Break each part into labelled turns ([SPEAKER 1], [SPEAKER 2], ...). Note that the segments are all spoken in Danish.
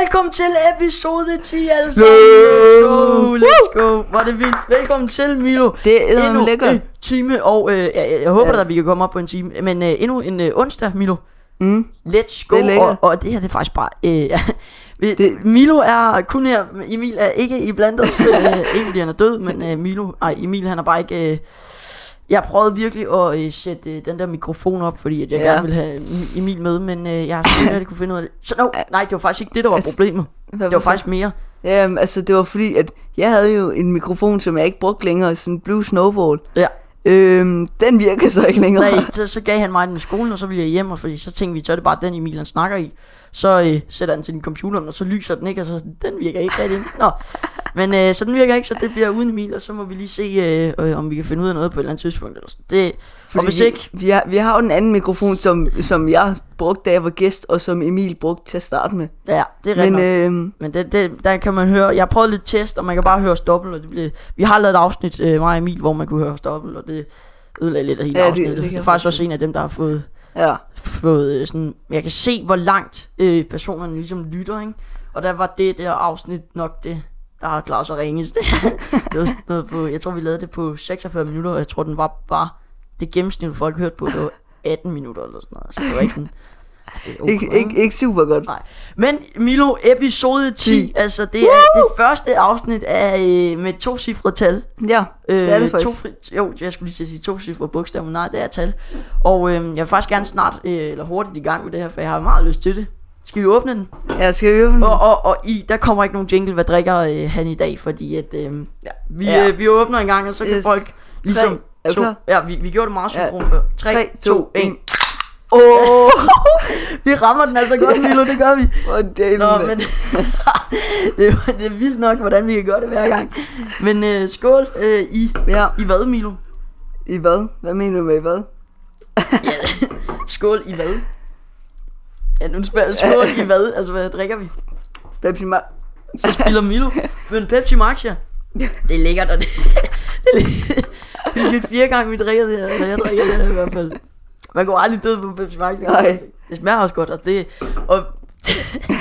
[SPEAKER 1] Velkommen til episode 10, altså.
[SPEAKER 2] No.
[SPEAKER 1] Let's go, let's go. Hvor er det vildt. Velkommen til, Milo.
[SPEAKER 2] Det er eddermame
[SPEAKER 1] Endnu
[SPEAKER 2] lækkert.
[SPEAKER 1] en time, og øh, jeg, jeg, jeg håber da, at vi kan komme op på en time. Men øh, endnu en øh, onsdag, Milo.
[SPEAKER 2] Mm.
[SPEAKER 1] Let's go.
[SPEAKER 2] Det er lækkert.
[SPEAKER 1] og, og det her, det er faktisk bare... Øh, ja. Vi-
[SPEAKER 2] Det-
[SPEAKER 1] Milo er kun her, Emil er ikke i blandt os, øh, ikke fordi han er død, men øh, Milo, nej, Emil han er bare ikke, øh, jeg prøvede virkelig at øh, sætte øh, den der mikrofon op, fordi at jeg ja.
[SPEAKER 2] Ja.
[SPEAKER 1] gerne ville have M- Emil med, men øh, jeg har sgu ikke rigtig kunne finde ud af det. Så no, nej, det var faktisk ikke det, der var
[SPEAKER 2] Altså,
[SPEAKER 1] problemet.
[SPEAKER 2] Hvad
[SPEAKER 1] Det var faktisk mere.
[SPEAKER 2] Jamen, altså, det var fordi, at jeg havde jo en mikrofon, som jeg ikke brugte længere, sådan en Blue Snowball.
[SPEAKER 1] Ja.
[SPEAKER 2] Øhm, den virker så ikke længere.
[SPEAKER 1] Nej, så, så gav han mig den i skolen, og så ville jeg hjem, og fordi, så tænkte vi, så er det bare den Emil, han snakker i. Så øh, sætter han til din computer, og så lyser den ikke, og så er jeg sådan, den virker ikke rigtig. Nå. Men øh, så den virker ikke, så det bliver uden Emil, og så må vi lige se, øh, øh, om vi kan finde ud af noget på et eller andet tidspunkt. Eller sådan. Det, og
[SPEAKER 2] Fordi
[SPEAKER 1] hvis ikke,
[SPEAKER 2] Vi, vi, har, vi har jo en anden mikrofon, som, som jeg brugte, da jeg var gæst, og som Emil brugte til at starte med.
[SPEAKER 1] ja, det er rigtigt.
[SPEAKER 2] Men
[SPEAKER 1] Men, øh,
[SPEAKER 2] øhm,
[SPEAKER 1] men det, det, der kan man høre, jeg har prøvet lidt test, og man kan bare høre os dobbelt, og det blev, vi har lavet et afsnit, øh, mig og Emil, hvor man kunne høre os dobbelt, og det ødelagde lidt af hele
[SPEAKER 2] Ja,
[SPEAKER 1] ja,
[SPEAKER 2] det-
[SPEAKER 1] afsnittet.
[SPEAKER 2] det
[SPEAKER 1] Det, det, det er
[SPEAKER 2] kan jeg
[SPEAKER 1] faktisk også
[SPEAKER 2] forestille
[SPEAKER 1] en af dem, der har fået
[SPEAKER 2] ja.
[SPEAKER 1] fået øh, sådan, jeg kan se, hvor langt øh, personerne ligesom lytter, ikke? Og der var det der afsnit nok det, der har klaret sig ringest. det var sådan noget på, jeg tror vi lavede det på 46 minutter, og jeg tror den var bare, det gennemsnit folk hørte på, det var 18 minutter eller sådan noget. Så det var ikke sådan, altså, det er okay,
[SPEAKER 2] Ikke, ikke, ikke super godt.
[SPEAKER 1] Nej. Men Milo, episode 10,
[SPEAKER 2] 10.
[SPEAKER 1] altså det er det første afsnit af, øh, med to cifre tal.
[SPEAKER 2] Ja, øh, det er det faktisk.
[SPEAKER 1] To, fri- jo, jeg skulle lige til at sige to cifre bogstaver, men nej, det er tal. Og øh, jeg vil faktisk gerne snart, øh, eller hurtigt i gang med det her, for jeg har meget lyst til det. Skal vi åbne den?
[SPEAKER 2] Ja, skal vi øve den?
[SPEAKER 1] Og, og, og I, der kommer ikke nogen jingle, hvad drikker øh, han i dag, fordi at, øh, ja, vi,
[SPEAKER 2] Ja.
[SPEAKER 1] Øh, vi åbner en gang, og så kan
[SPEAKER 2] Yes.
[SPEAKER 1] folk ligesom...
[SPEAKER 2] er du
[SPEAKER 1] to,
[SPEAKER 2] klar?
[SPEAKER 1] ja, vi, vi gjorde det meget
[SPEAKER 2] Ja.
[SPEAKER 1] synkron før. 3,
[SPEAKER 2] Tre,
[SPEAKER 1] 3,
[SPEAKER 2] to,
[SPEAKER 1] 2, 1.
[SPEAKER 2] en. Åh,
[SPEAKER 1] Vi rammer den altså godt, Milo, det gør vi.
[SPEAKER 2] oh, det
[SPEAKER 1] Nå, men det, er- det er vildt nok, hvordan vi kan gøre det hver gang. Men øh, skål øh, i,
[SPEAKER 2] Ja,
[SPEAKER 1] i hvad, Milo?
[SPEAKER 2] i hvad? Hvad mener du med i hvad?
[SPEAKER 1] Ja. Skål i hvad? Ja, nu spørger skål i hvad? Altså, hvad drikker vi?
[SPEAKER 2] Pepsi Max?
[SPEAKER 1] Så spiller Milo. Men Pepsi Max, ja. Det er lækkert, og det, det er lækkert. Det er lidt fire gange, vi drikker det her, eller jeg drikker det her i hvert fald. Man går aldrig død på Pepsi Max. det kan
[SPEAKER 2] Nej.
[SPEAKER 1] man sige. Det smager også godt, og det... Og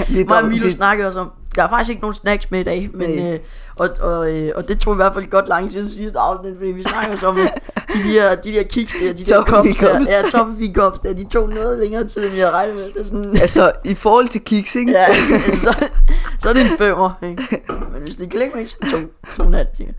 [SPEAKER 2] Vi
[SPEAKER 1] mig og
[SPEAKER 2] dom-
[SPEAKER 1] Milo
[SPEAKER 2] vi-
[SPEAKER 1] snakkede også om, der er faktisk ikke nogen snacks med i dag, men,
[SPEAKER 2] Nej.
[SPEAKER 1] øh, og, og, øh, og det tog i hvert fald godt lang tid sidste afsnit, fordi vi snakkede også om, at de der, de der kiks der, de der
[SPEAKER 2] Toffee
[SPEAKER 1] kops der,
[SPEAKER 2] cups.
[SPEAKER 1] ja, toffee cups der, de tog noget længere tid, end jeg havde regnet med. Det er sådan,
[SPEAKER 2] Altså, i forhold til kiks, ikke?
[SPEAKER 1] Ja, så, så er det en femmer, ikke? Men hvis det klikker ikke, så er det to, to og en halv time.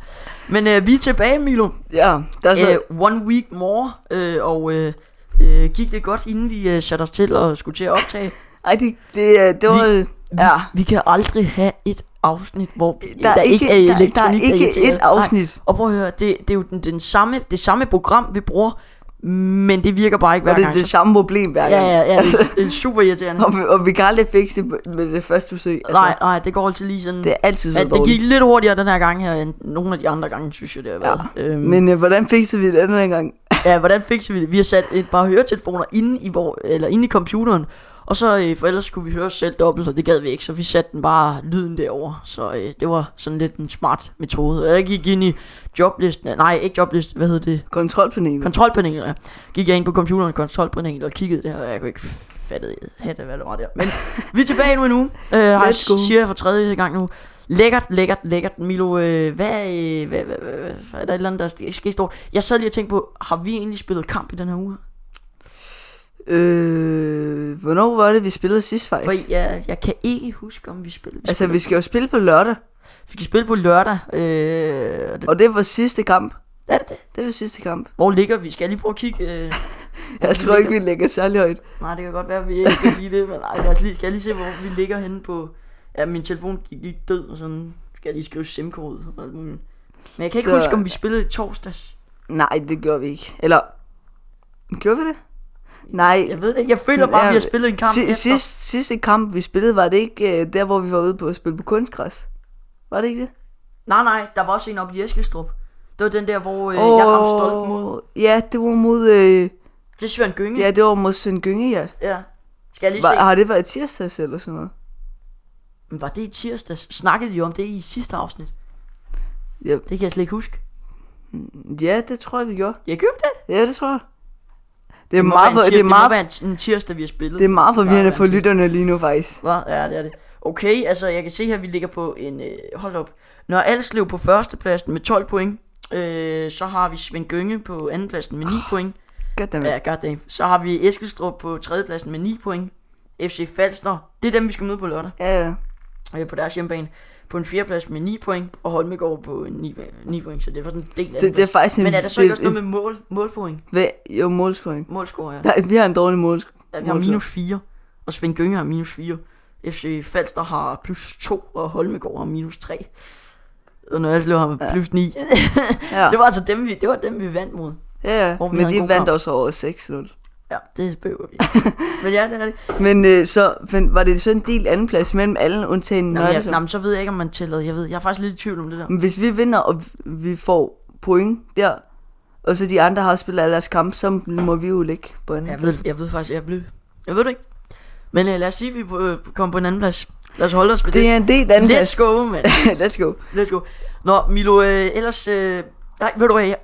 [SPEAKER 1] Men øh, vi er tilbage, Milo.
[SPEAKER 2] ja der er så...
[SPEAKER 1] Altså, øh, one week more, øh, og øh, øh, gik det godt, inden vi øh, satte os til og skulle til at optage?
[SPEAKER 2] Ej, det, det, øh, det var... ja.
[SPEAKER 1] Vi kan aldrig have et afsnit, hvor
[SPEAKER 2] Der er ikke,
[SPEAKER 1] er
[SPEAKER 2] der,
[SPEAKER 1] elektronik
[SPEAKER 2] der er ikke
[SPEAKER 1] irriterende.
[SPEAKER 2] et afsnit.
[SPEAKER 1] Nej. Og prøv at høre, det, det er jo den, den samme, det samme program, vi bruger, men det virker bare ikke
[SPEAKER 2] Og
[SPEAKER 1] hver
[SPEAKER 2] det er
[SPEAKER 1] gang.
[SPEAKER 2] det
[SPEAKER 1] så-
[SPEAKER 2] samme problem hver
[SPEAKER 1] ja,
[SPEAKER 2] gang.
[SPEAKER 1] ja, ja,
[SPEAKER 2] altså,
[SPEAKER 1] det, det er super irriterende.
[SPEAKER 2] og, vi, og vi kan aldrig fikse det med det første forsøg. Altså,
[SPEAKER 1] nej, nej, det går altid lige sådan...
[SPEAKER 2] Det er altid så
[SPEAKER 1] Ja, det
[SPEAKER 2] dårligt.
[SPEAKER 1] gik lidt hurtigere den her gang her, end nogle af de andre gange, synes jeg, det har været. Ja. Øhm, Men...
[SPEAKER 2] Men øh, hvordan fikser vi det anden gang?
[SPEAKER 1] ja, hvordan fik vi det? Vi har sat et par høretelefoner inde i, vor, eller inde i computeren, og så, øh, for ellers skulle vi høre os selv dobbelt, og det gad vi ikke, så vi satte den bare lyden derover. Så øh, det var sådan lidt en smart metode. Og Jeg gik ind i joblisten, nej, ikke joblisten, hvad hed det?
[SPEAKER 2] Kontrolpanelet.
[SPEAKER 1] Kontrolpanelet, ja. Gik jeg ind på computeren i kontrolpanelet og kiggede der, og jeg kunne ikke fatte, hatte, hvad der var der. Men vi er tilbage nu endnu. Øh, har jeg
[SPEAKER 2] Let's go.
[SPEAKER 1] siger jeg for tredje gang nu. Lækkert, lækkert, lækkert. Milo, øh, hvad, øh, hvad, hvad, hvad, hvad, er der et eller andet, der sker sker stort? Jeg sad lige og tænkte på, har vi egentlig spillet kamp i den her uge?
[SPEAKER 2] øh, hvornår var det, vi spillede sidst faktisk?
[SPEAKER 1] For jeg, jeg kan ikke huske, om vi spillede. Vi,
[SPEAKER 2] Altså,
[SPEAKER 1] spiller-
[SPEAKER 2] vi skal jo spille på lørdag.
[SPEAKER 1] vi skal spille på lørdag. Øh, og det,
[SPEAKER 2] Og det var sidste kamp.
[SPEAKER 1] er det det?
[SPEAKER 2] Det var sidste kamp.
[SPEAKER 1] Hvor ligger vi? Skal jeg lige prøve at kigge? Øh,
[SPEAKER 2] Jeg tror ikke, vi lægger særlig højt.
[SPEAKER 1] Nej, det kan godt være, at vi ikke skal sige det, men nej, lad os lige, skal jeg lige se, hvor vi ligger henne på... Ja, min telefon gik lige død, og sådan skal jeg lige skrive SIM-kode og alt muligt. Men jeg kan ikke
[SPEAKER 2] Så-
[SPEAKER 1] så... huske, om vi spillede i torsdags.
[SPEAKER 2] Nej, det gjorde vi ikke. Eller, gjorde vi det? Nej.
[SPEAKER 1] Jeg ved det ikke, jeg føler bare,
[SPEAKER 2] Ja,
[SPEAKER 1] at vi har spillet en kamp
[SPEAKER 2] Si-
[SPEAKER 1] efter.
[SPEAKER 2] sidst, sidste kamp, vi spillede, var det ikke øh, der, hvor vi var ude på at spille på kunstgræs? Var det ikke det?
[SPEAKER 1] Nej, nej, der var også en oppe i Eskelstrup. Det var den der, hvor øh, oh. jeg ramte stolt mod... Mm.
[SPEAKER 2] Ja, det var mod, øh,
[SPEAKER 1] Det er Svend Gynge.
[SPEAKER 2] ja, det var mod Søndgynge, ja.
[SPEAKER 1] ja. Skal jeg lige
[SPEAKER 2] Var,
[SPEAKER 1] se?
[SPEAKER 2] har det været tirsdags eller sådan noget?
[SPEAKER 1] Men var det i tirsdags? Snakkede vi om det i sidste afsnit?
[SPEAKER 2] Ja.
[SPEAKER 1] Det kan jeg slet ikke huske.
[SPEAKER 2] Ja, det tror jeg, vi gjorde.
[SPEAKER 1] Jeg gjorde det.
[SPEAKER 2] Ja, det tror jeg. Det er
[SPEAKER 1] Det må,
[SPEAKER 2] meget,
[SPEAKER 1] være,
[SPEAKER 2] for,
[SPEAKER 1] en,
[SPEAKER 2] det
[SPEAKER 1] tir-
[SPEAKER 2] er meget,
[SPEAKER 1] det må være en, en tirsdag, vi har spillet.
[SPEAKER 2] det er meget
[SPEAKER 1] Nej,
[SPEAKER 2] forvirrende
[SPEAKER 1] det er
[SPEAKER 2] for
[SPEAKER 1] en tirsdag.
[SPEAKER 2] lytterne lige nu, faktisk.
[SPEAKER 1] Hva? Ja, det er det. Okay, altså jeg kan se her, vi ligger på en... Øh, hold op. Når Alslev på førstepladsen med 12 point, øh, så har vi Svend Gynge på andenpladsen med 9 point.
[SPEAKER 2] Goddammit.
[SPEAKER 1] Ja, goddamn. Så har vi Eskilstrup på tredjepladsen med 9 point. FC Falster, det er dem, vi skal møde på lørdag.
[SPEAKER 2] Ja, ja.
[SPEAKER 1] øh, på deres hjemmebane på en fjerdeplads med 9 point, og Holmegård på en 9, 9 point, så det var sådan en del af
[SPEAKER 2] Det, det er faktisk en...
[SPEAKER 1] Men er der så
[SPEAKER 2] det,
[SPEAKER 1] ikke også noget med mål, målpoint?
[SPEAKER 2] Hvad? Jo, målscoring.
[SPEAKER 1] Målscorer, ja.
[SPEAKER 2] Der, vi har en dårlig målscoring.
[SPEAKER 1] ja vi har minus 4, og Svend Gynge har minus 4. FC Falster har plus 2, og Holmegård har minus 3. Og når jeg slår ham ja. plus 9.
[SPEAKER 2] Ja,
[SPEAKER 1] det var altså dem, vi, det var dem, vi vandt mod.
[SPEAKER 2] ja, ja.
[SPEAKER 1] hvor vi
[SPEAKER 2] men
[SPEAKER 1] havde en
[SPEAKER 2] de
[SPEAKER 1] god
[SPEAKER 2] vandt
[SPEAKER 1] kamp.
[SPEAKER 2] også over 6-0.
[SPEAKER 1] Ja, det behøver vi. Men ja, det er rigtigt.
[SPEAKER 2] Men øh, så men var det så en del andenplads mellem alle, undtagen
[SPEAKER 1] Nå, men, jeg,
[SPEAKER 2] Nørdesund?
[SPEAKER 1] nå, men så Mm. ved jeg ikke, om man tæller. Jeg ved, jeg er faktisk lidt i tvivl om det der.
[SPEAKER 2] Men hvis vi vinder, og vi- vi får point der, og så de andre har spillet alle deres kampe, så må vi jo ligge på anden.
[SPEAKER 1] Jeg ved, jeg ved faktisk, jeg blev... Jeg ved det ikke. Men øh, lad os sige, at vi øh, kommer på en anden plads. Lad os holde os ved
[SPEAKER 2] det er en del anden
[SPEAKER 1] Let's go, mand.
[SPEAKER 2] Let's go.
[SPEAKER 1] Let's go. Nå, Milo, øh, ellers... Øh, nej, ved du hvad, jeg,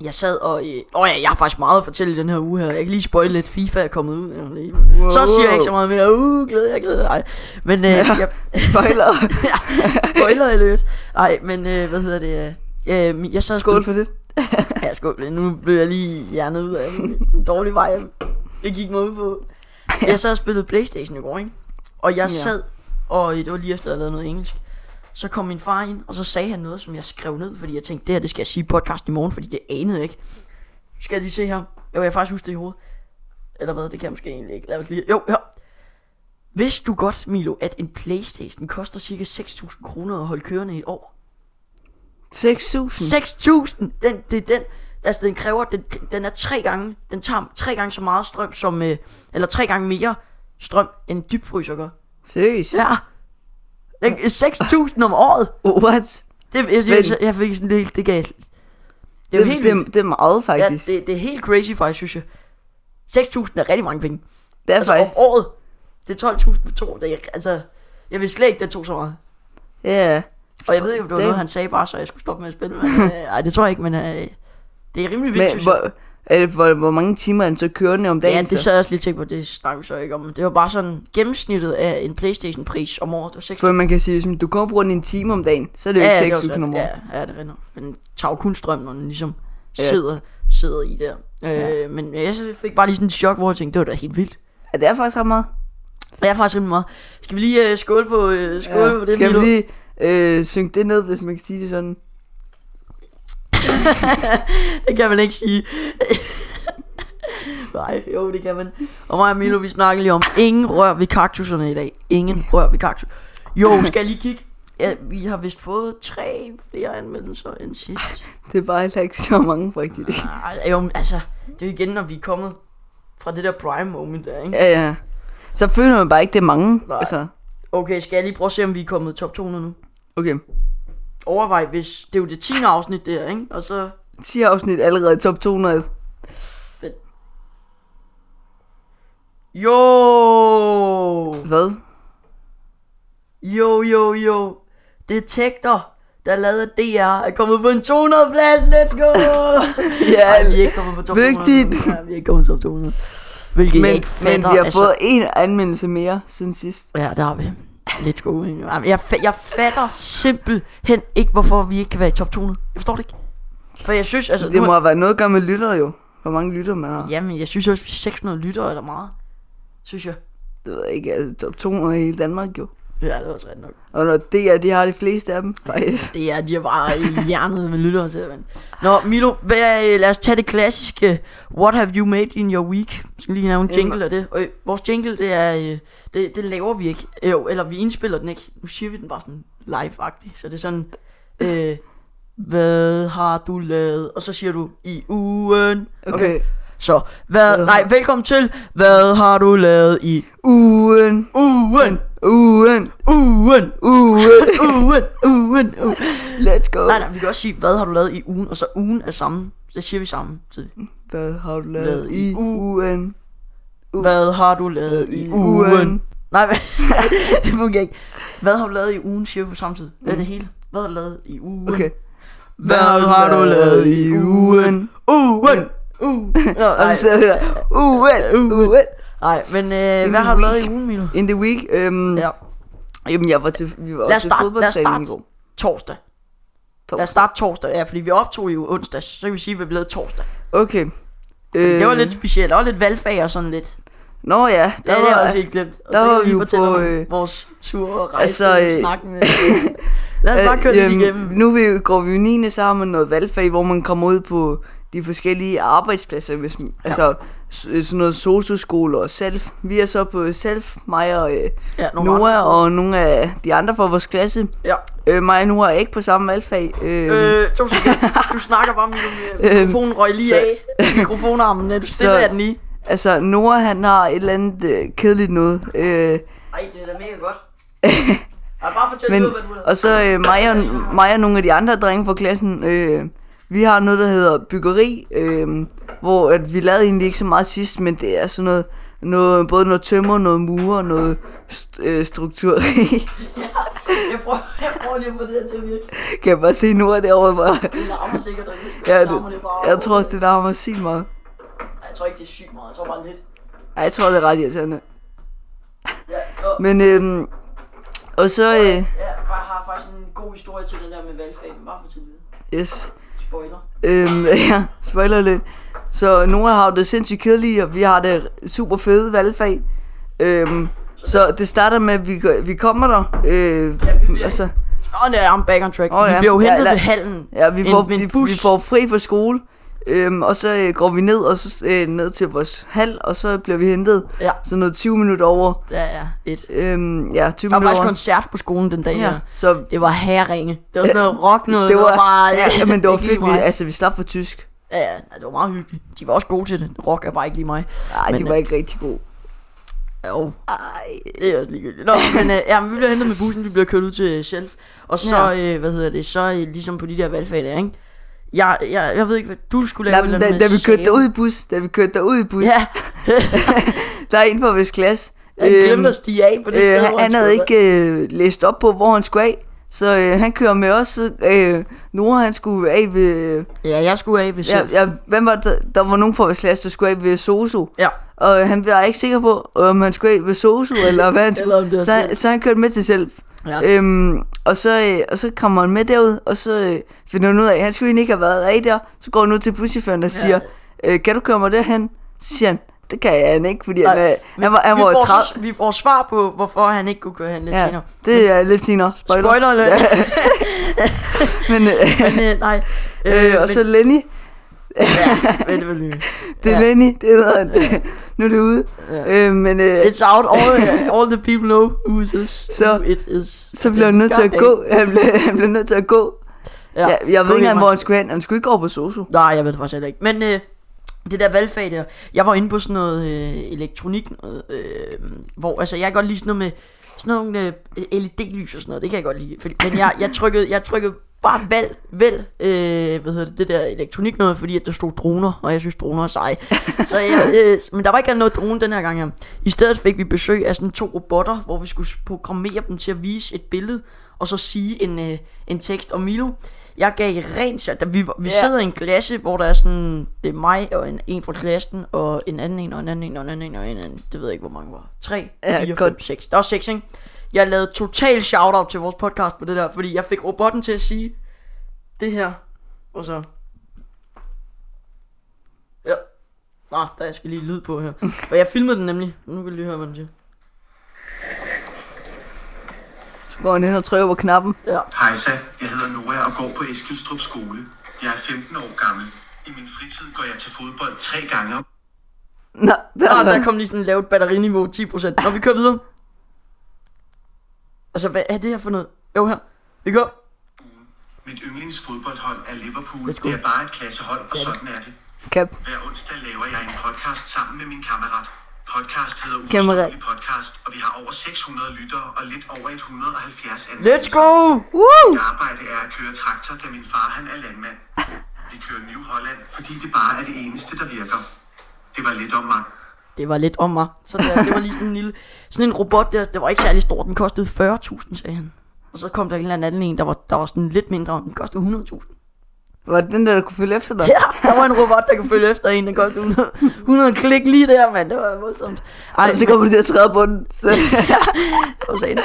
[SPEAKER 1] jeg sad og... Øh, åh ja, jeg har faktisk meget at fortælle i den her uge her. Jeg kan lige spoil lidt. FIFA er kommet ud. Wow. Så siger jeg ikke så meget mere. Uh, glæder jeg, glæder jeg. Men øh, ja. jeg
[SPEAKER 2] Spoiler.
[SPEAKER 1] spoiler i løs. Nej, men øh, hvad hedder det... Øh, øh, jeg sad og
[SPEAKER 2] Skål for det.
[SPEAKER 1] Ja, skål. Nu blev jeg lige hjernet ud af en dårlig vej, jeg- jeg gik mig ud på. Jeg sad og spillede Playstation i går, ikke? Og jeg
[SPEAKER 2] Ja.
[SPEAKER 1] sad, og det var lige efter, jeg lavede noget engelsk. Så kom min far ind, og så sagde han noget, som jeg skrev ned, fordi jeg tænkte, det her, det skal jeg sige i podcasten i morgen, fordi det anede jeg ikke. Skal jeg lige se her? Jo, jeg kan faktisk huske det i hovedet. Eller hvad, det kan jeg måske egentlig ikke. Lad os lige... Jo, her. Vidste du godt, Milo, at en Playstation koster cirka 6.000 kroner at holde kørende i et år?
[SPEAKER 2] 6.000.
[SPEAKER 1] 6000. Den det er den altså den kræver den, den er tre gange den tager tre gange så meget strøm som øh, eller tre gange mere strøm end en dybfryser gør.
[SPEAKER 2] Seriøst?
[SPEAKER 1] Ja. Den- 6000 om året.
[SPEAKER 2] What?
[SPEAKER 1] Det jeg, jeg, jeg, jeg fik sådan helt det gav. Det er jo
[SPEAKER 2] Det,
[SPEAKER 1] helt
[SPEAKER 2] det,
[SPEAKER 1] vildt.
[SPEAKER 2] det, det er meget
[SPEAKER 1] ja,
[SPEAKER 2] faktisk.
[SPEAKER 1] det, det er helt crazy faktisk, synes jeg. 6000 er rigtig mange penge.
[SPEAKER 2] det er
[SPEAKER 1] Altså
[SPEAKER 2] faktisk.
[SPEAKER 1] om året. Det er 12.000 på to dage. Altså jeg vil slet ikke, den tog så meget.
[SPEAKER 2] Ja.
[SPEAKER 1] Og jeg ved ikke, om det var
[SPEAKER 2] Det-
[SPEAKER 1] noget, han sagde bare, så jeg skulle stoppe med at spille. Men, øh, ej, det tror jeg ikke, men øh, det er rimelig vildt,
[SPEAKER 2] Men
[SPEAKER 1] synes jeg.
[SPEAKER 2] hvor, er det, hvor, hvor mange timer er den så kørende om dagen?
[SPEAKER 1] Ja, det
[SPEAKER 2] så?
[SPEAKER 1] sad jeg også lige og tænkte på, det snakker vi så ikke om. Det var bare sådan gennemsnittet af en Playstation-pris om året. Det var 6
[SPEAKER 2] For man kan sige, hvis du kun bruger den en time om dagen, så er det jo
[SPEAKER 1] ja, det
[SPEAKER 2] ikke
[SPEAKER 1] var
[SPEAKER 2] 6.000 om
[SPEAKER 1] sådan.
[SPEAKER 2] året.
[SPEAKER 1] Ja, ja, det er rigtigt. Men den tager jo kun strøm, når den ligesom
[SPEAKER 2] Ja.
[SPEAKER 1] sidder, sidder i der. Øh, Men jeg så fik bare lige sådan en chok, hvor jeg tænkte, det var da helt vildt.
[SPEAKER 2] Ja, det er faktisk ret meget.
[SPEAKER 1] Det er faktisk rimelig meget. Skal vi lige øh, skåle på, øh, skåle på det,
[SPEAKER 2] Skal vi
[SPEAKER 1] Milo?
[SPEAKER 2] lige øh, synge det ned, hvis man kan sige det sådan?
[SPEAKER 1] Det kan man ikke sige. Nej, jo, det kan man. Og mig og Milo, vi snakkede lige om, ingen rør ved kaktuserne i dag. Ingen rør ved kaktus. Jo, skal jeg lige kigge? Ja, vi har vist fået tre flere anmeldelser end sidst.
[SPEAKER 2] Det er bare heller ikke så mange, faktisk.
[SPEAKER 1] Ej, jo, men altså, det er jo igen, når vi er kommet fra det der prime moment der, ikke?
[SPEAKER 2] Ja, ja. Så føler man bare ikke, det er mange.
[SPEAKER 1] Nej.
[SPEAKER 2] Altså,
[SPEAKER 1] Okay, skal jeg lige prøve at se, om vi er kommet i top 200 nu?
[SPEAKER 2] okay.
[SPEAKER 1] Overvej, hvis det er jo det 10. afsnit der, ikke? Og så
[SPEAKER 2] 10 afsnit allerede i top 200.
[SPEAKER 1] Jo!
[SPEAKER 2] Hvad?
[SPEAKER 1] Jo, jo, jo. Detektor, der lavede DR, er kommet på en 200 plads. Let's go!
[SPEAKER 2] Ja,
[SPEAKER 1] Ej, vi er ikke kommet på top 200.
[SPEAKER 2] vigtigt.
[SPEAKER 1] Ja, vi er ikke kommet på top 200. Hvilket jeg
[SPEAKER 2] men,
[SPEAKER 1] ikke
[SPEAKER 2] men
[SPEAKER 1] fatter. altså-
[SPEAKER 2] vi har fået en anmeldelse mere siden sidst.
[SPEAKER 1] Ja, der har vi. Let's go. ikke? Ej, men Jeg, fa- jeg fatter simpelthen ikke, hvorfor vi ikke kan være i top 200. Jeg forstår det ikke. For jeg synes, altså...
[SPEAKER 2] Det
[SPEAKER 1] nu-
[SPEAKER 2] må have været noget at gøre med lytter jo. Hvor mange lytter man har.
[SPEAKER 1] Jamen, jeg synes også, 600 lyttere eller meget. Synes jeg.
[SPEAKER 2] Det ved jeg ikke, altså top 200 i hele Danmark jo.
[SPEAKER 1] Ja, det er også ret nok.
[SPEAKER 2] Og når DR, de har de fleste af dem, faktisk.
[SPEAKER 1] Det er, de er bare i hjernet med lytter til. Men. Nå, Milo, hvad, øh, lad os tage det klassiske. What have you made in your week? Jeg skal lige have en
[SPEAKER 2] Jamen.
[SPEAKER 1] jingle af det. Og, øh, vores jingle, det er, øh, det, det laver vi ikke. Øh, Jo, eller vi indspiller den ikke. Nu siger vi den bare sådan live-agtigt. Så det er sådan, øh, hvad har du lavet? Og så siger du, i ugen.
[SPEAKER 2] Okay.
[SPEAKER 1] Så, hvad,
[SPEAKER 2] Hvad-
[SPEAKER 1] nej, velkommen til. Hvad har du lavet i
[SPEAKER 2] Ugen,
[SPEAKER 1] ugen?
[SPEAKER 2] ugen,
[SPEAKER 1] Ugen,
[SPEAKER 2] ugen.
[SPEAKER 1] ugen, ugen, ugen.
[SPEAKER 2] Let's go.
[SPEAKER 1] Nej, nej, vi kan også sige, hvad har du lavet i ugen, og så ugen er sammen. Det siger vi sammen til.
[SPEAKER 2] Hvad har du
[SPEAKER 1] Lavet
[SPEAKER 2] lavet
[SPEAKER 1] i
[SPEAKER 2] i ugen?
[SPEAKER 1] Hvad har du lavet i ugen? Nej, hvad? det fungerer ikke. Hvad har du lavet i ugen, siger vi på samme tid. Hvad er det hele? Hvad har du lavet i ugen?
[SPEAKER 2] Okay.
[SPEAKER 1] Mm. Hvad har du lavet i ugen? Altså, Ugen! Ugen! Nå,
[SPEAKER 2] Og
[SPEAKER 1] nej.
[SPEAKER 2] så sidder jeg, ugen, ugen.
[SPEAKER 1] nej, men øh, hvad har du lavet i ugen, Milo?
[SPEAKER 2] In the week, øhm,
[SPEAKER 1] Ja.
[SPEAKER 2] Jamen, jeg var til, vi var
[SPEAKER 1] Lad os
[SPEAKER 2] til
[SPEAKER 1] starte, lad os
[SPEAKER 2] fodboldtræning
[SPEAKER 1] starte.
[SPEAKER 2] i går.
[SPEAKER 1] Torsdag. Lad os starte torsdag, ja, fordi vi optog jo onsdag, så kan vi sige, at vi blev torsdag.
[SPEAKER 2] Okay. Øhm,
[SPEAKER 1] Øh. Det var lidt specielt, og lidt valgfag og sådan lidt.
[SPEAKER 2] Nå ja,
[SPEAKER 1] Det
[SPEAKER 2] der
[SPEAKER 1] havde jeg
[SPEAKER 2] var...
[SPEAKER 1] også helt glemt. Og
[SPEAKER 2] der
[SPEAKER 1] så kan
[SPEAKER 2] var
[SPEAKER 1] vi
[SPEAKER 2] vi jo
[SPEAKER 1] fortælle
[SPEAKER 2] på,
[SPEAKER 1] om
[SPEAKER 2] øh,
[SPEAKER 1] vores tur og rejse
[SPEAKER 2] altså,
[SPEAKER 1] altså, øh,
[SPEAKER 2] øh,
[SPEAKER 1] snakke med. Lad os bare køre det
[SPEAKER 2] Øhm,
[SPEAKER 1] igennem.
[SPEAKER 2] Nu er vi, jo- går vi jo 9. sammen noget valgfag, hvor man kommer ud på de forskellige arbejdspladser. Hvis, man- Altså s- øh, sådan noget sosuskole og self. Vi er så på self, mig og øh,
[SPEAKER 1] Ja, nogle
[SPEAKER 2] Noah og nogle af de andre fra vores klasse.
[SPEAKER 1] Ja.
[SPEAKER 2] Øh, mig og Noah er ikke på samme valgfag. Øh,
[SPEAKER 1] Øh, to sekunder. Du snakker bare om
[SPEAKER 2] Øhm,
[SPEAKER 1] mikrofonen røg lige
[SPEAKER 2] så-
[SPEAKER 1] af. Mikrofonarmen, øh, du stiller
[SPEAKER 2] Så-
[SPEAKER 1] jeg den i.
[SPEAKER 2] Altså, Noah han har et eller andet øh, kedeligt noget. Øh,
[SPEAKER 1] Ej, det er da mega godt. Ej, bare fortæl
[SPEAKER 2] men,
[SPEAKER 1] ud, hvad du har.
[SPEAKER 2] og så øh, mig, og, mig og nogle af de andre drenge fra klassen, øh, vi har noget, der hedder byggeri, øh, hvor at vi lavede egentlig ikke så meget sidst, men det er sådan noget, noget både noget tømmer, noget murer, noget st- øh, struktureri.
[SPEAKER 1] Jeg prøver, jeg prøver lige at få det her til at virke.
[SPEAKER 2] kan jeg bare se Noah derovre bare.
[SPEAKER 1] Det larmer sikkert, og det,
[SPEAKER 2] Ja,
[SPEAKER 1] det, larmer
[SPEAKER 2] det,
[SPEAKER 1] det bare.
[SPEAKER 2] jeg tror også, det larmer sygt meget.
[SPEAKER 1] Ej, jeg tror ikke, det er sygt meget. Jeg tror bare lidt.
[SPEAKER 2] Ej, jeg tror, det er ret irriterende.
[SPEAKER 1] Ja, og,
[SPEAKER 2] Men øh, og så, øh,
[SPEAKER 1] jeg har faktisk en god historie til det der med valgfag, men bare fortæl det.
[SPEAKER 2] yes,
[SPEAKER 1] Spoiler.
[SPEAKER 2] Øhm, ja, spoiler lidt. Så Nora har jo det sindssygt kedelige, og vi har det super fede valgfag. Øhm, så det starter med, at vi, går- vi kommer der. Øh,
[SPEAKER 1] Ja, vi bliver-
[SPEAKER 2] altså,
[SPEAKER 1] Åh, oh, nej, I'm back on track.
[SPEAKER 2] Åh,
[SPEAKER 1] Vi
[SPEAKER 2] ja.
[SPEAKER 1] bliver jo
[SPEAKER 2] Ja,
[SPEAKER 1] hentet
[SPEAKER 2] lad-
[SPEAKER 1] ved hallen.
[SPEAKER 2] ja, vi, får,
[SPEAKER 1] En- en
[SPEAKER 2] vi,
[SPEAKER 1] bus.
[SPEAKER 2] vi får fri fra skole, øhm, og så øh, går vi ned og så, øh, ned til vores hal, og så bliver vi hentet
[SPEAKER 1] Ja.
[SPEAKER 2] sådan noget 20 minutter over.
[SPEAKER 1] Ja, ja, et.
[SPEAKER 2] Øhm, ja, 20
[SPEAKER 1] Der var
[SPEAKER 2] minutter
[SPEAKER 1] faktisk
[SPEAKER 2] over.
[SPEAKER 1] koncert på skolen den dag. Ja.
[SPEAKER 2] ja, så
[SPEAKER 1] Det var herringe. Det var sådan noget rock noget.
[SPEAKER 2] det var,
[SPEAKER 1] bare,
[SPEAKER 2] ja, men det var
[SPEAKER 1] gik
[SPEAKER 2] fedt, vi,
[SPEAKER 1] mig.
[SPEAKER 2] altså vi slap for tysk.
[SPEAKER 1] Ja, ja, det var meget hyggeligt. De var også gode til det. Rock er bare ikke lige mig.
[SPEAKER 2] Nej,
[SPEAKER 1] Men, øh,
[SPEAKER 2] det var ikke rigtig god.
[SPEAKER 1] Jo. Ej, det er også ligegyldigt. Nå, men øh, ja, men vi bliver hentet med bussen, vi bliver kørt ud til Shelf. Og så, ja. øh, hvad hedder det, så øh, ligesom på de der valgfag der, ikke? Jeg, jeg, jeg ved ikke, hvad du skulle lave.
[SPEAKER 2] Da,
[SPEAKER 1] et eller
[SPEAKER 2] da,
[SPEAKER 1] andet
[SPEAKER 2] da
[SPEAKER 1] med
[SPEAKER 2] vi
[SPEAKER 1] save.
[SPEAKER 2] kørte derud i bus, da vi kørte derud i bus,
[SPEAKER 1] Ja,
[SPEAKER 2] Der er en fra vores klasse.
[SPEAKER 1] han glemte at stige af på det sted,
[SPEAKER 2] øh,
[SPEAKER 1] hvor
[SPEAKER 2] han, han havde
[SPEAKER 1] skulle
[SPEAKER 2] ikke øh, læst op på, hvor han skulle af. Så øh, han kører med os. så, Øh, Nora, han skulle af ved... Øh,
[SPEAKER 1] være. Ja, jeg skulle af ved
[SPEAKER 2] ja,
[SPEAKER 1] Shelf.
[SPEAKER 2] ja, hvem var der? Der var nogen fra vores klasse, der skulle af ved Soso.
[SPEAKER 1] Ja.
[SPEAKER 2] Og øh, han var ikke sikker på, om han skulle af ved Soso, eller hvad han
[SPEAKER 1] Eller om det var
[SPEAKER 2] skulle. Så, han-
[SPEAKER 1] selv.
[SPEAKER 2] så han kørte med til selv.
[SPEAKER 1] Ja.
[SPEAKER 2] Øhm, og, så, øh, og så kommer han med derud, og så øh, finder han ud af, at han skulle egentlig ikke have været af der. Så går han ud til buschaufføren og siger, øh, kan du køre mig derhen? Så siger han, det kan jeg han ikke, fordi han,
[SPEAKER 1] Nej,
[SPEAKER 2] øh, han var, han
[SPEAKER 1] vi,
[SPEAKER 2] var
[SPEAKER 1] får
[SPEAKER 2] 30,
[SPEAKER 1] så, vi får svar på, hvorfor han ikke kunne køre hen lidt ja.
[SPEAKER 2] Ja,
[SPEAKER 1] senere.
[SPEAKER 2] det er lidt senere. Spoiler.
[SPEAKER 1] Spoiler alert.
[SPEAKER 2] Men, øh,
[SPEAKER 1] Men, øh, nej.
[SPEAKER 2] øh, og så Lenny.
[SPEAKER 1] Vent, vent, vent.
[SPEAKER 2] Det er
[SPEAKER 1] Ja.
[SPEAKER 2] Lenny. Det er noget, nu er det ude.
[SPEAKER 1] Ja.
[SPEAKER 2] Øh, men øh,
[SPEAKER 1] It's out. All, uh, all the people know who it is.
[SPEAKER 2] Så-
[SPEAKER 1] who it is.
[SPEAKER 2] så blev han nødt til at
[SPEAKER 1] Goddamn.
[SPEAKER 2] gå. Han blev, han blev nødt til at gå. Ja, jeg, jeg ved ikke engang, hvor han skulle hen. Han skulle ikke over på Soso.
[SPEAKER 1] Nej, jeg ved det faktisk heller ikke. Men øh, det der valgfag der, jeg var inde på sådan noget øh, elektronik, noget, øh, hvor altså, jeg kan godt lide sådan noget med sådan nogle øh, LED-lys og sådan noget, det kan jeg godt lide. Fordi, men jeg, jeg, trykkede, jeg trykkede bare valg, vælg, øh, hvad hedder det, det der elektronik noget, fordi at der stod droner, og jeg synes droner er seje. Så, jeg, øh, men der var ikke rigtig noget drone den her gang her. I stedet fik vi besøg af sådan to robotter, hvor vi skulle programmere dem til at vise et billede, og så sige en, øh, en tekst. Og Milo, jeg gav rent shot. da Vi, var- vi
[SPEAKER 2] Ja.
[SPEAKER 1] sidder i en klasse, hvor der er sådan, det er mig og en, en fra klassen, og en anden en, og en anden en, og en anden en, og en anden. Det ved jeg ikke, hvor mange var. Tre,
[SPEAKER 2] Ja,
[SPEAKER 1] fire,
[SPEAKER 2] godt.
[SPEAKER 1] fem, seks. Der var seks, ikke? Jeg lavede total shoutout til vores podcast på det der, fordi jeg fik robotten til at sige det her, og så... Ja. Nå, der skal lige lyd på her. Og jeg filmede den nemlig. Nu kan du lige høre, hvad den siger.
[SPEAKER 2] Så går han hen og trykker på knappen.
[SPEAKER 1] Ja.
[SPEAKER 3] Hejsa, jeg hedder Nora og går på Eskilstrup skole. Jeg er 15 år gammel. I min fritid går jeg til fodbold tre gange om
[SPEAKER 2] Nå, der,
[SPEAKER 1] Ah, der
[SPEAKER 2] kom...
[SPEAKER 1] kom lige sådan et lavt batteriniveau, 10%. Når vi kører videre. Altså, hvad er det her for noget? Jo, her. Vi går.
[SPEAKER 3] ugen. Mit yndlingsfodboldhold er Liverpool.
[SPEAKER 1] Let's go.
[SPEAKER 3] Det er bare et klassehold, og sådan er det.
[SPEAKER 2] Kap.
[SPEAKER 3] Hver onsdag laver jeg en podcast sammen med min kammerat. Podcast hedder
[SPEAKER 2] Kammerat.
[SPEAKER 3] Uforståelig Podcast, og vi har over 600 lyttere og lidt over 170 anmeldelser.
[SPEAKER 1] Let's go!
[SPEAKER 2] Woo!
[SPEAKER 3] Mit arbejde er at køre traktor, da min far han er landmand. Vi kører New Holland, fordi det bare er det eneste, der virker. Det var lidt om mig.
[SPEAKER 1] Det var lidt om mig. Så der, det var lige sådan en lille... Sådan en robot der, det var ikke særlig stor. Den kostede 40.000, sagde han. Og så kom der en eller anden en, der var, der var sådan lidt mindre. Den kostede 100.000.
[SPEAKER 2] Var det den der, der kunne følge efter dig?
[SPEAKER 1] Ja, der var en robot, der kunne følge efter en, der kostede 100, 100 klik lige der, mand. Det var voldsomt. Ej,
[SPEAKER 2] Og så kommer du til at træde på den. Så.
[SPEAKER 1] Og sagde,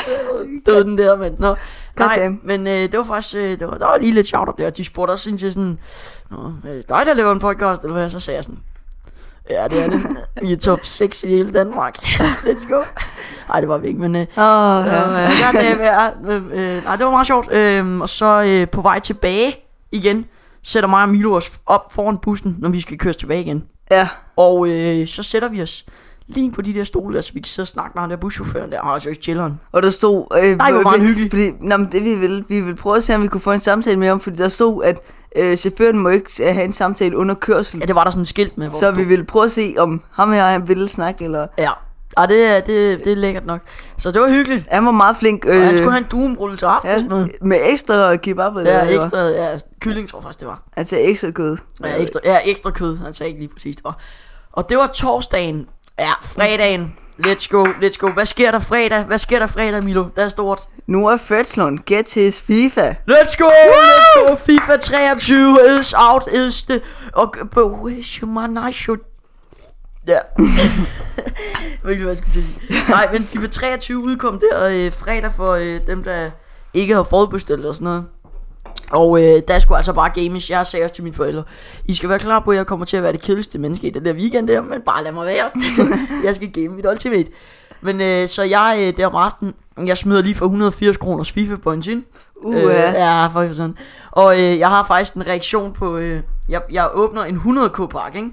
[SPEAKER 1] døde den der, mand. Nå. Nej,
[SPEAKER 2] Goddamn.
[SPEAKER 1] men øh, det var faktisk, øh, det var, der var lige lidt sjovt der. De spurgte også ind til sådan, Nå, er det dig, der laver en podcast, eller hvad? Så sagde jeg sådan, ja, det er det. Vi er top 6 i hele Danmark. Let's go. Nej, det var vi ikke, men... Øh,
[SPEAKER 2] Åh,
[SPEAKER 1] øh, øh, ja, øh, øh, nej, det var meget sjovt. Øhm, og så øh, på vej tilbage igen, sætter mig og Milo os op foran bussen, når vi skal køre tilbage igen.
[SPEAKER 2] ja.
[SPEAKER 1] Og øh, så sætter vi os lige på de der stole der, så vi kan sidde og snakke med ham der buschaufføren der. Og så chilleren.
[SPEAKER 2] Og der stod... Øh,
[SPEAKER 1] Nej, hvor var han hyggelig.
[SPEAKER 2] Fordi, nå, men det vi ville, vi ville prøve at se, om vi kunne få en samtale med ham, fordi der stod, at øh, chaufføren må ikke øh, have en samtale under kørsel.
[SPEAKER 1] Ja, det var der sådan et skilt med. Hvor
[SPEAKER 2] så
[SPEAKER 1] du-
[SPEAKER 2] vi ville prøve at se, om ham her han ville snakke, eller...
[SPEAKER 1] Ja. Og det, er- det, det er lækkert nok. Så det var hyggeligt.
[SPEAKER 2] Han var meget flink. Øh,
[SPEAKER 1] Og han skulle have en doomrulle til aftensmad.
[SPEAKER 2] ja, med ekstra kebab, eller
[SPEAKER 1] Ja,
[SPEAKER 2] hvad det var.
[SPEAKER 1] ekstra, ja, kylling tror jeg faktisk, det var.
[SPEAKER 2] Altså ekstra kød.
[SPEAKER 1] Ja, ekstra, ja, ekstra kød, han sagde ikke lige præcis det var. Og det var torsdagen, ja, fredagen. Let's go, let's go. Hvad sker der fredag? Hvad sker der fredag, Milo? Der er stort.
[SPEAKER 2] Nu er Fredslund get his FIFA.
[SPEAKER 1] Let's go, let's go. FIFA 23 is out, is the... Og but wish you my night should... Ja. Jeg ved ikke, hvad jeg skulle til at sige. Nej, men FIFA 23 udkom der øh, fredag for øh, dem, der ikke har forudbestilt og sådan noget. Og øh, der skulle altså bare games. Jeg sagde også til mine forældre, I skal være klar på, at jeg kommer til at være det kedeligste menneske i den der weekend der, men bare lad mig være. jeg skal game mit ultimate. Men øh, så jeg øh, der om aftenen, jeg smider lige for 180 kroners FIFA points ind.
[SPEAKER 2] Uha.
[SPEAKER 1] Øh, ja, for eksempel sådan. Og øh, jeg har faktisk en reaktion på, øh, jeg, jeg åbner en 100k pakke, ikke?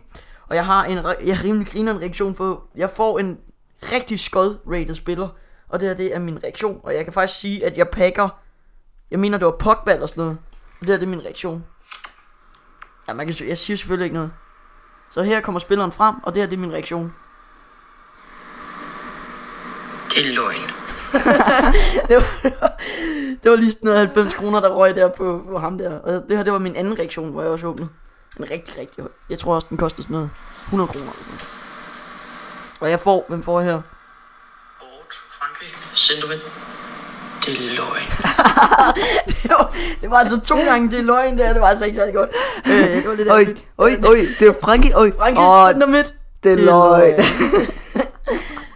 [SPEAKER 1] Og jeg har en, re- jeg rimelig griner en reaktion på, jeg får en rigtig skod rated spiller. Og det her, det er min reaktion. Og jeg kan faktisk sige, at jeg pakker jeg mener, det var Pogba eller sådan noget. Og det her, det er min reaktion. Ja, man kan, se- jeg siger selvfølgelig ikke noget. Så her kommer spilleren frem, og det her, det er min reaktion.
[SPEAKER 4] Det er løgn.
[SPEAKER 1] Det var lige sådan noget 90 kroner, der røg der på, på ham der. Og det her, det var min anden reaktion, hvor jeg også åbnede. En rigtig, rigtig høj. Jeg tror også, den kostede sådan noget 100 kroner eller sådan noget. Og jeg får, hvem får jeg her?
[SPEAKER 4] Bort, Frankrig, sentiment. Det er løgn.
[SPEAKER 1] det var altså to gange til løgn der, det var altså ikke særlig godt. Øh, det var lidt
[SPEAKER 2] Oj,
[SPEAKER 1] ærgerligt.
[SPEAKER 2] oj, oj, det er Frankie, oj.
[SPEAKER 1] Frankie,
[SPEAKER 2] Åh,
[SPEAKER 1] oh, midt.
[SPEAKER 2] det er løgn.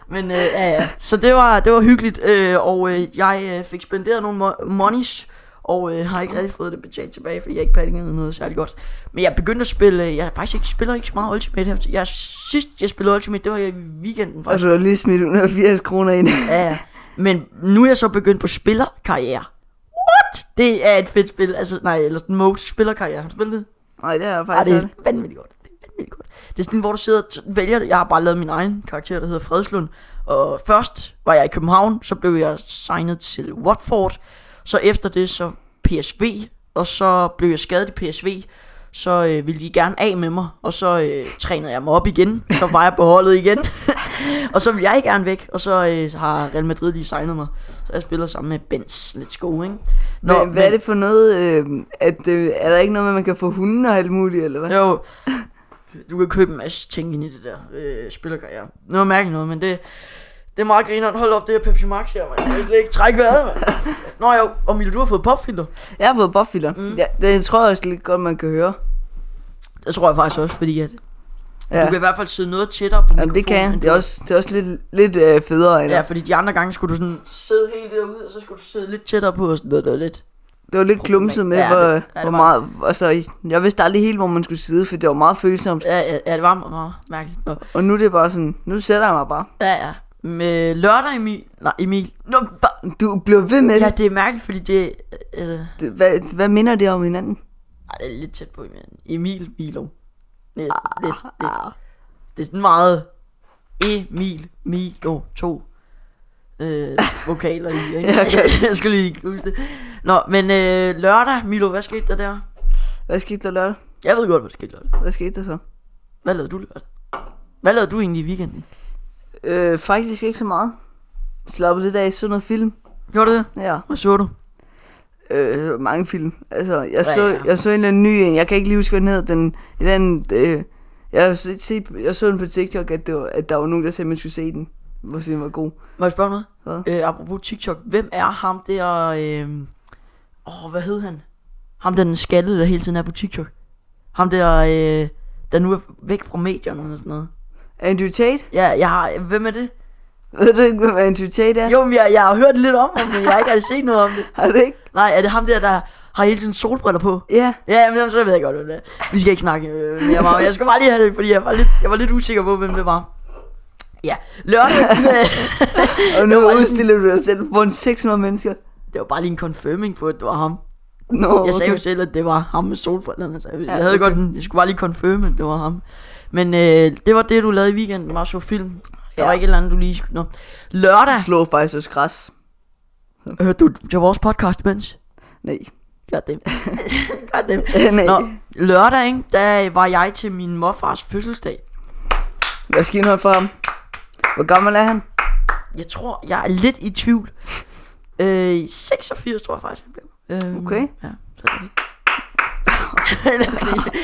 [SPEAKER 1] Men øh, ja, ja. Så det var, det var hyggeligt, øh, og øh, jeg øh, fik spenderet nogle mo- monies, og øh, har ikke rigtig fået det betalt tilbage, fordi jeg ikke paddingede noget særlig godt. Men jeg begyndte at spille, øh, jeg har faktisk ikke, spiller ikke så meget Ultimate her. Jeg, sidst jeg spillede Ultimate, det var i weekenden
[SPEAKER 2] Og
[SPEAKER 1] faktisk.
[SPEAKER 2] du har lige smidt 180 kroner ind.
[SPEAKER 1] Ja, ja. Men nu er jeg så begyndt på spillerkarriere. What? Det er et fedt spil, altså nej, eller sådan mode spillerkarriere. Har du spillet det?
[SPEAKER 2] Nej, det er jeg
[SPEAKER 1] Ej,
[SPEAKER 2] faktisk
[SPEAKER 1] det er
[SPEAKER 2] aldrig.
[SPEAKER 1] vanvittigt godt. Det er vanvittigt godt. Det er sådan, hvor du sidder og t- vælger, jeg har bare lavet min egen karakter, der hedder Fredslund. Og først var jeg i København, så blev jeg signet til Watford. Så efter det, så PSV, og så blev jeg skadet i PSV. Så øh, ville de gerne af med mig, og så øh, trænede jeg mig op igen. Så var jeg på holdet igen. og så ville jeg gerne væk, og så øh, har Real Madrid lige signet mig. Så jeg spiller sammen med Benz. Let's go, ikke?
[SPEAKER 2] Nå, hvad, hvad er det for noget, øh, at, øh, er der ikke noget med, at man kan få hunden og alt muligt, eller hvad?
[SPEAKER 1] Jo, du kan købe en masse ting ind i det der øh, spillerkarriere. Nu er mærkeligt noget, men det, det er meget grineren. Hold op, det her Pepsi Max her, man. Jeg kan slet ikke trække vejret, man. Nå jo, og Mille, du har fået popfilter.
[SPEAKER 2] Jeg har fået bobfilter. Mm. Ja, det tror jeg også lidt godt, man kan høre.
[SPEAKER 1] Det tror jeg faktisk også, fordi at, ja.
[SPEAKER 2] Ja.
[SPEAKER 1] du kan i hvert fald sidde noget tættere på
[SPEAKER 2] Jamen, det kan
[SPEAKER 1] mikrofonen,
[SPEAKER 2] jeg.
[SPEAKER 1] end
[SPEAKER 2] Det er
[SPEAKER 1] du-
[SPEAKER 2] også, det er også lidt, lidt øh, federe, eller?
[SPEAKER 1] Ja,
[SPEAKER 2] Ja.
[SPEAKER 1] fordi de andre gange skulle du sådan sidde helt derude, og så skulle du sidde lidt tættere på og sådan noget, noget lidt.
[SPEAKER 2] Det var lidt klumset med,
[SPEAKER 1] Ja, det-
[SPEAKER 2] hvor,
[SPEAKER 1] ja, det
[SPEAKER 2] hvor
[SPEAKER 1] var-
[SPEAKER 2] meget... Altså, jeg vidste aldrig helt, hvor man skulle sidde, for det var meget følsomt.
[SPEAKER 1] Ja, ja, ja det var meget, meget mærkeligt. Nå.
[SPEAKER 2] Og nu er det bare sådan, nu sætter jeg mig bare.
[SPEAKER 1] Ja, ja. Med lørdag, Emil. Nej, Emil. Nå, ba-
[SPEAKER 2] Du bliver ved med
[SPEAKER 1] ja,
[SPEAKER 2] det.
[SPEAKER 1] det er mærkeligt, fordi det... Øh,
[SPEAKER 2] Det- Hvad, hvad minder det om hinanden?
[SPEAKER 1] Ej, det er lidt tæt på hinanden. Emil Milo. Lidt, lidt, lidt.
[SPEAKER 2] Ah,
[SPEAKER 1] Det er sådan meget Emil Milo to øh, vokaler i, ikke? jeg skulle lige huske det. Nå, men øh, lørdag, Milo, hvad skete der der?
[SPEAKER 2] Hvad skete der lørdag?
[SPEAKER 1] Jeg ved godt, hvad der skete lørdag.
[SPEAKER 2] Hvad skete der så?
[SPEAKER 1] Hvad lavede du lørdag? Hvad lavede du egentlig i weekenden?
[SPEAKER 2] Øh, faktisk ikke så meget. Slappet lidt af, så noget film.
[SPEAKER 1] Gjorde du det?
[SPEAKER 2] Ja,
[SPEAKER 1] Hvad så du?
[SPEAKER 2] øh, mange film. Altså, jeg så,
[SPEAKER 1] Ja, ja.
[SPEAKER 2] jeg så en eller anden ny en. Jeg kan ikke lige huske, hvad den hed. Den, en eller anden, øh, jeg, har set, set- jeg så den på TikTok, at, det var, at der var nogen, der sagde, at man skulle se den. Hvor den var god.
[SPEAKER 1] Må jeg spørge om noget?
[SPEAKER 2] Hvad?
[SPEAKER 1] Øh, apropos TikTok, hvem er ham der... Øh... Åh, hvad hed han? Ham der den skaldede, der hele tiden er på TikTok. Ham der, øh, der nu er væk fra medierne og sådan noget.
[SPEAKER 2] Andrew Tate?
[SPEAKER 1] Ja, jeg har, hvem er det?
[SPEAKER 2] Ved du ikke, hvem Andrew Tate er?
[SPEAKER 1] Jo, men jeg, jeg har hørt lidt om ham, men jeg har ikke rigtig set noget om det.
[SPEAKER 2] Har du ikke?
[SPEAKER 1] Nej, er det ham der, der har hele tiden solbriller på?
[SPEAKER 2] Ja.
[SPEAKER 1] Ja, men så ved jeg godt, hvem det er. Vi skal ikke snakke øh, mere om ham. Jeg skal bare lige have det, fordi jeg var lidt, jeg var lidt usikker på, hvem det var. Ja, lørdag.
[SPEAKER 2] Og nu
[SPEAKER 1] Det var sådan-
[SPEAKER 2] udstiller du dig selv foran 600 mennesker.
[SPEAKER 1] det var bare lige en confirming på, at det var ham.
[SPEAKER 2] Nå,
[SPEAKER 1] Jeg sagde jo
[SPEAKER 2] okay.
[SPEAKER 1] selv, at det var ham med solbrillerne. Så jeg, jeg
[SPEAKER 2] Ja,
[SPEAKER 1] havde
[SPEAKER 2] okay.
[SPEAKER 1] godt, en- jeg skulle bare lige confirme, at det var ham. Men øh, det var det, du lavede i weekenden, var så film. Der
[SPEAKER 2] Ja.
[SPEAKER 1] var ikke et eller andet, du lige skulle... Nå. Lørdag
[SPEAKER 2] Slå faktisk også græs.
[SPEAKER 1] hørte du til vores podcast, mens...
[SPEAKER 2] Nej.
[SPEAKER 1] God damn. God damn.
[SPEAKER 2] Øh, Nej.
[SPEAKER 1] Nå, lørdag, ikke, der var jeg til min morfars fødselsdag.
[SPEAKER 2] Lad os give noget for ham. Hvor gammel er han?
[SPEAKER 1] Jeg tror, jeg er lidt i tvivl. Øh, 86 tror jeg faktisk, han blev. Øhm,
[SPEAKER 2] Okay.
[SPEAKER 1] Ja, så er det fint.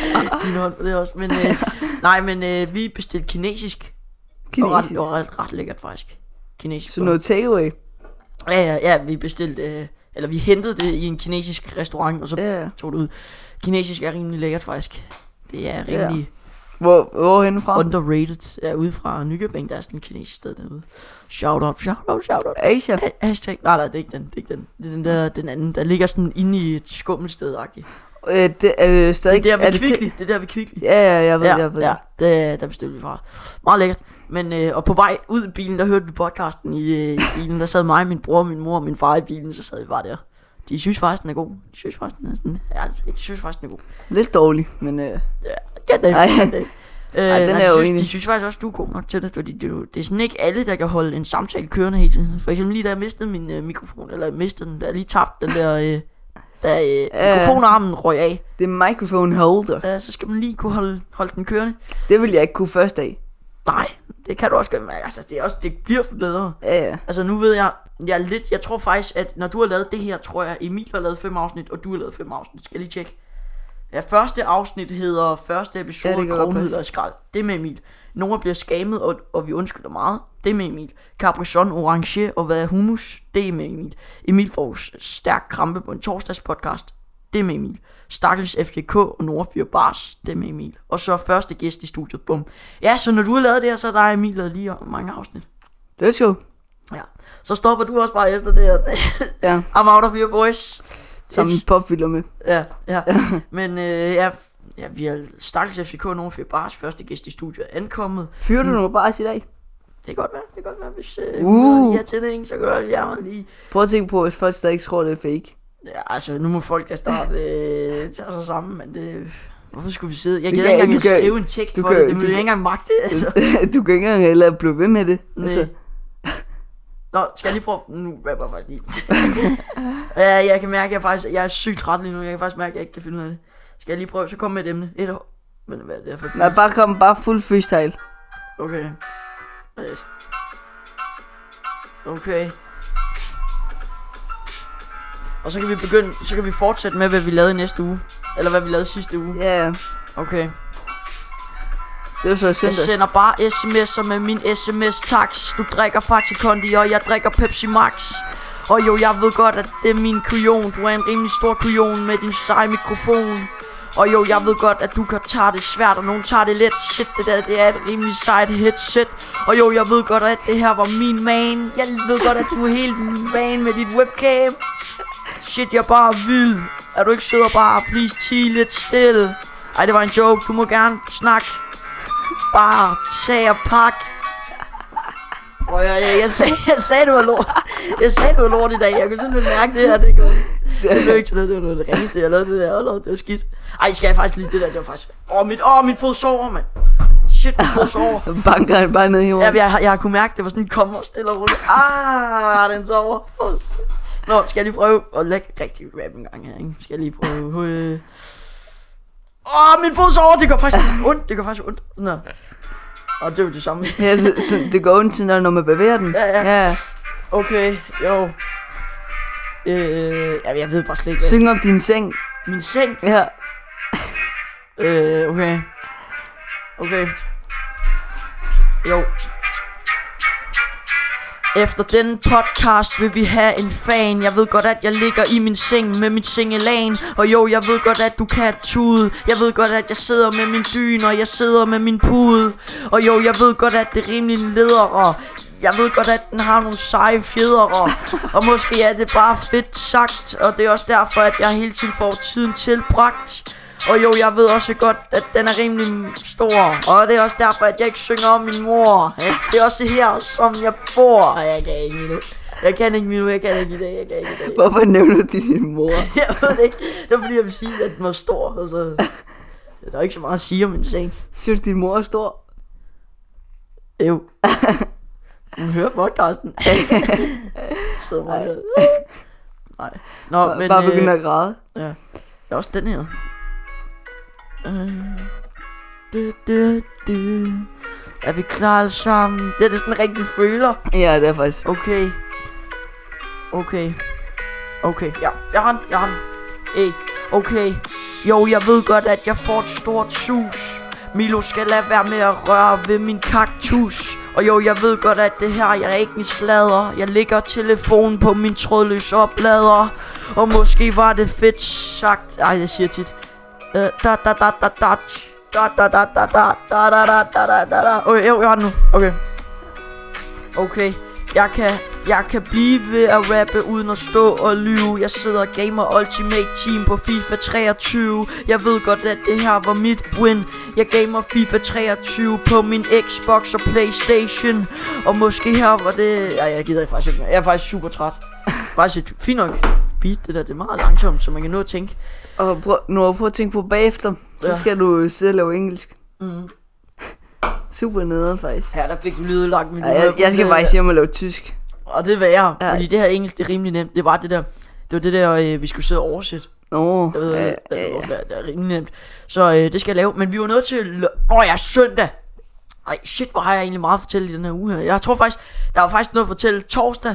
[SPEAKER 1] Din hånd på det også. Men, øh, nej, men øh, vi bestilte kinesisk.
[SPEAKER 2] Kinesisk.
[SPEAKER 1] Det var ret, det var ret, ret lækkert faktisk. Kinesisk.
[SPEAKER 2] Så noget takeaway.
[SPEAKER 1] Ja, ja, ja, vi bestilte, øh, eller vi hentede det i en kinesisk restaurant, og så
[SPEAKER 2] Ja.
[SPEAKER 1] tog det ud. Kinesisk er rimelig lækkert faktisk. Det er
[SPEAKER 2] Ja.
[SPEAKER 1] rimelig
[SPEAKER 2] Hvor, hvorhenne fra?
[SPEAKER 1] underrated. Ja, ude fra Nykøbing, der er sådan en kinesisk sted derude. Shout out, shout out, shout out.
[SPEAKER 2] Asia.
[SPEAKER 1] Ha- Hashtag. Nej, nej, det er ikke den. Det er ikke den. Det er den, der, den anden, der ligger sådan inde i et skummelsted -agtigt.
[SPEAKER 2] Øh, det, er det stadig...
[SPEAKER 1] Det er der
[SPEAKER 2] er
[SPEAKER 1] ved
[SPEAKER 2] det
[SPEAKER 1] Kvickly.
[SPEAKER 2] til-
[SPEAKER 1] Det er der ved Kvickly.
[SPEAKER 2] Ja, ja, jeg ved, jeg ved.
[SPEAKER 1] ja, det, der bestilte vi fra. Meget lækkert. Men, øh, og på vej ud i bilen, der hørte vi podcasten i, øh, i bilen. Der sad mig, min bror, min mor og min far i bilen, så sad vi bare der. De synes faktisk, den er god. De synes faktisk, den er sådan... Ja, altså, de synes faktisk, den er god.
[SPEAKER 2] Lidt dårlig, men... Øh,
[SPEAKER 1] Get them.
[SPEAKER 2] Ej.
[SPEAKER 1] Get them. Øh,
[SPEAKER 2] Ej,
[SPEAKER 1] nej,
[SPEAKER 2] den er jeg
[SPEAKER 1] de
[SPEAKER 2] jo
[SPEAKER 1] synes,
[SPEAKER 2] enig.
[SPEAKER 1] de synes faktisk også, du er god nok til det, fordi det, er jo- det er sådan ikke alle, der kan holde en samtale kørende hele tiden. For eksempel lige da jeg mistede min øh, mikrofon, eller mistede den, der lige tabte den der, øh, da øh,
[SPEAKER 2] Ja.
[SPEAKER 1] mikrofonarmen røg af,
[SPEAKER 2] det er microphone holder.
[SPEAKER 1] øh, så skal man lige kunne holde, holde den kørende.
[SPEAKER 2] Det vil jeg ikke kunne første dag.
[SPEAKER 1] Nej, det kan du også gøre, men altså, det, er også, det bliver bedre.
[SPEAKER 2] Ja, ja.
[SPEAKER 1] Altså nu ved jeg, jeg er lidt, jeg tror faktisk, at når du har lavet det her, tror jeg, Emil har lavet fem afsnit, og du har lavet fem afsnit. Skal jeg lige tjekke. Ja, første afsnit hedder første episode
[SPEAKER 2] Ja, det
[SPEAKER 1] ja,
[SPEAKER 2] kan godt
[SPEAKER 1] Kronhed
[SPEAKER 2] passe.
[SPEAKER 1] og Skrald. Det er med Emil. Nora bliver skamet, og, og vi undskylder meget. Det er med Emil. Capricorn, Orange og hvad er humus? Det er med Emil. Emil får s- stærk krampe på en torsdagspodcast. Det er med Emil. Stakkels FDK og Nordfyr Bars. Det er med Emil. Og så første gæst i studiet. Bum. Ja, så når du har lavet det her, så er der Emil lavet lige mange afsnit.
[SPEAKER 2] Let's go.
[SPEAKER 1] Ja. Så stopper du også bare efter det her.
[SPEAKER 2] Ja.
[SPEAKER 1] I'm out of your boys.
[SPEAKER 2] Som en
[SPEAKER 1] It's-
[SPEAKER 2] popfilter med.
[SPEAKER 1] Ja, ja. Men øh, ja, ja, vi har stakkels FCK og Nordfjord Bars første gæst i studiet er ankommet.
[SPEAKER 2] Fyrer
[SPEAKER 1] Mm.
[SPEAKER 2] du nu bare i dag?
[SPEAKER 1] Det kan godt være, det kan godt være, hvis øh,
[SPEAKER 2] Uh.
[SPEAKER 1] uh. jeg tænder en, så kan jeg jeg mig lige.
[SPEAKER 2] Prøv at tænke på, hvis folk stadig tror, det er fake.
[SPEAKER 1] Ja, altså, nu må folk da starte øh, tage sig sammen, men det... Hvorfor skulle vi sidde? Jeg
[SPEAKER 2] Du
[SPEAKER 1] gider
[SPEAKER 2] kan-
[SPEAKER 1] ikke engang
[SPEAKER 2] du
[SPEAKER 1] at
[SPEAKER 2] kan-
[SPEAKER 1] skrive en tekst
[SPEAKER 2] du
[SPEAKER 1] for
[SPEAKER 2] kan-
[SPEAKER 1] det. Det
[SPEAKER 2] du
[SPEAKER 1] ville jeg
[SPEAKER 2] kan-
[SPEAKER 1] ikke engang magte. Altså.
[SPEAKER 2] du kan ikke engang heller blive ved med det.
[SPEAKER 1] Altså. Nå, skal jeg lige prøve? Nu rapper jeg faktisk lige. ja, jeg kan mærke, at jeg, faktisk, jeg er sygt træt lige nu. Jeg kan faktisk mærke, at jeg ikke kan finde ud af det. Skal jeg lige prøve? Så kom med et emne. Et år. Men hvad er det for?
[SPEAKER 2] Nej, bare kom, bare fuld freestyle.
[SPEAKER 1] Okay. Yes. Okay. Og så kan vi begynde, så kan vi fortsætte med, hvad vi lavede i næste uge. Eller hvad vi lavede sidste uge.
[SPEAKER 2] Ja, ja.
[SPEAKER 1] Okay.
[SPEAKER 2] Det var så
[SPEAKER 1] Jeg
[SPEAKER 2] søndags.
[SPEAKER 1] sender bare sms'er med min sms-tax Du drikker Faxe Kondi, og jeg drikker Pepsi Max Og jo, jeg ved godt, at det er min kujon Du er en rimelig stor kujon med din seje mikrofon Og jo, jeg ved godt, at du kan tage det svært Og nogen tager det let Shit, det der, det er et rimelig sejt headset Og jo, jeg ved godt, at det her var min man Jeg ved godt, at du er helt min man med dit webcam Shit, jeg er bare vild Er du ikke sød og bare please tige lidt stille Ej, det var en joke, du må gerne snakke bare tag og pak. Prøv, jeg, jeg, jeg, sagde, jeg sagde, det var lort. Jeg sagde, det var lort i dag. Jeg kunne simpelthen mærke det her. Det, kan, det blev ikke til noget. Det var noget af det ringeste, jeg lavede det der. Hold op, det var skidt. Ej, skal jeg faktisk lige det der? Det var faktisk... Åh, mit, åh, mit fod sover, mand. Shit, mit fod sover.
[SPEAKER 2] Banker han bare ned i
[SPEAKER 1] Ja,
[SPEAKER 2] jorden.
[SPEAKER 1] jeg, har- jeg har kunne mærke, det var sådan, kom og stille og roligt. Ah, den sover. Åh, shit. Nå, skal jeg lige prøve at lægge rigtig rap en gang her, ikke? Skal jeg lige prøve... øh. Åh, min fod sover, det gør faktisk ondt, det gør faktisk ondt. Nå. Og det er jo det samme.
[SPEAKER 2] Ja, så, så det går ondt til, når når man bevæger den.
[SPEAKER 1] Ja, ja.
[SPEAKER 2] ja.
[SPEAKER 1] Okay, jo. Øh, jamen, jeg ved bare slet ikke, hvad.
[SPEAKER 2] Syng om din seng.
[SPEAKER 1] Min seng.
[SPEAKER 2] Ja.
[SPEAKER 1] Øh, okay. Okay. Jo. Efter denne podcast vil vi have en fan Jeg ved godt at jeg ligger i min seng med mit sengelan Og jo jeg ved godt at du kan tude Jeg ved godt at jeg sidder med min dyne og jeg sidder med min pude Og jo jeg ved godt at det er rimelig ledere jeg ved godt, at den har nogle seje fjedere Og måske er det bare fedt sagt Og det er også derfor, at jeg hele tiden får tiden tilbragt og jo, jeg ved også godt, at den er rimelig stor. Og det er også derfor, at jeg ikke synger om min mor. ikke? Det er også her, som jeg bor. Og jeg kan ikke endnu. Jeg kan ikke endnu, jeg kan ikke i dag, jeg kan ikke i dag.
[SPEAKER 2] Hvorfor nævner de din mor?
[SPEAKER 1] Jeg ved det ikke. Det var fordi, jeg vil sige, at den var stor. Og så... Der er ikke så meget at sige om en seng.
[SPEAKER 2] Synes din mor er stor?
[SPEAKER 1] Jo. Hun hører podcasten. Sidder mig ned. Nej. Nå,
[SPEAKER 2] Men,
[SPEAKER 1] men...
[SPEAKER 2] Bare
[SPEAKER 1] øh,
[SPEAKER 2] begynder at græde.
[SPEAKER 1] Ja. Der er også den her. Øh. Du, du, du. Er vi klar alle sammen? Det er det sådan en rigtig føler.
[SPEAKER 2] Ja, det er faktisk.
[SPEAKER 1] Okay. Okay. Okay, ja. Jeg har den, jeg har den. Ey, okay. Jo, jeg ved godt, at jeg får et stort sus. Milo skal lade være med at røre ved min kaktus. Og jo, jeg ved godt, at det her, jeg er ikke min slader. Jeg lægger telefonen på min trådløse oplader. Og måske var det fedt sagt. Ej, jeg siger tit. Øh, da da da da da da da da da da da da da da da da da Okay, jo, jeg har den nu. Okay. Okay, jeg kan, jeg kan blive ved at rappe uden at stå og lyve Jeg sidder og gamer Ultimate Team på FIFA 23 Jeg ved godt, at det her var mit win Jeg gamer FIFA 23 på min Xbox og Playstation Og måske her var det... Ej, jeg gider faktisk ikke mere. Jeg er faktisk super træt Faktisk et fint nok beat, det der. Det er meget langsomt, så man kan nå at tænke
[SPEAKER 2] Og prøv, nu prøv at tænke på bagefter. Så
[SPEAKER 1] Ja.
[SPEAKER 2] skal du øh, sidde og lave engelsk. Mm. Super nederen faktisk.
[SPEAKER 1] Ja, der fik du lyde lagt min
[SPEAKER 2] Ja, jeg, jeg skal faktisk hjem og lave tysk.
[SPEAKER 1] Øh, Og det er værre,
[SPEAKER 2] Ja.
[SPEAKER 1] fordi det her engelsk, det er rimelig nemt Det var det der... Det var det der, øh, vi skulle sidde og oversætte
[SPEAKER 2] Nå,
[SPEAKER 1] Jeg ved,
[SPEAKER 2] ja,
[SPEAKER 1] øh,
[SPEAKER 2] ja, ja.
[SPEAKER 1] det, er, det er rimelig nemt. Så øh, det skal jeg lave. Men vi var nødt til... lø- Åh ja, søndag! Ej, shit, hvor har jeg egentlig meget at fortælle i den her uge her. Jeg tror faktisk, der var faktisk noget at fortælle torsdag,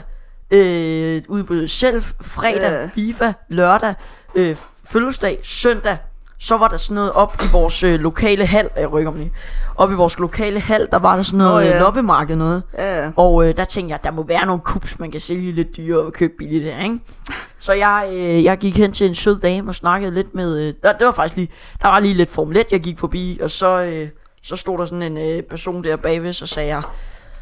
[SPEAKER 1] øh, udbud selv, fredag,
[SPEAKER 2] Ja.
[SPEAKER 1] FIFA, lørdag, øh, fødselsdag, søndag. Så var der sådan noget op i vores øh, lokale hal, jeg rykker mig lige. Op i vores lokale hal, der var der sådan noget
[SPEAKER 2] Nå,
[SPEAKER 1] oh,
[SPEAKER 2] ja.
[SPEAKER 1] ja. loppemarked noget.
[SPEAKER 2] Ja, ja.
[SPEAKER 1] Og øh, der tænkte jeg, at der må være nogle kups, man kan sælge lidt dyre og købe billigt her, ikke? Så jeg, øh, jeg gik hen til en sød dame og snakkede lidt med... Øh, der, det var faktisk lige... Der var lige lidt Formel 1, jeg gik forbi, og så, øh, så stod der sådan en øh, person der bagved, så sagde jeg...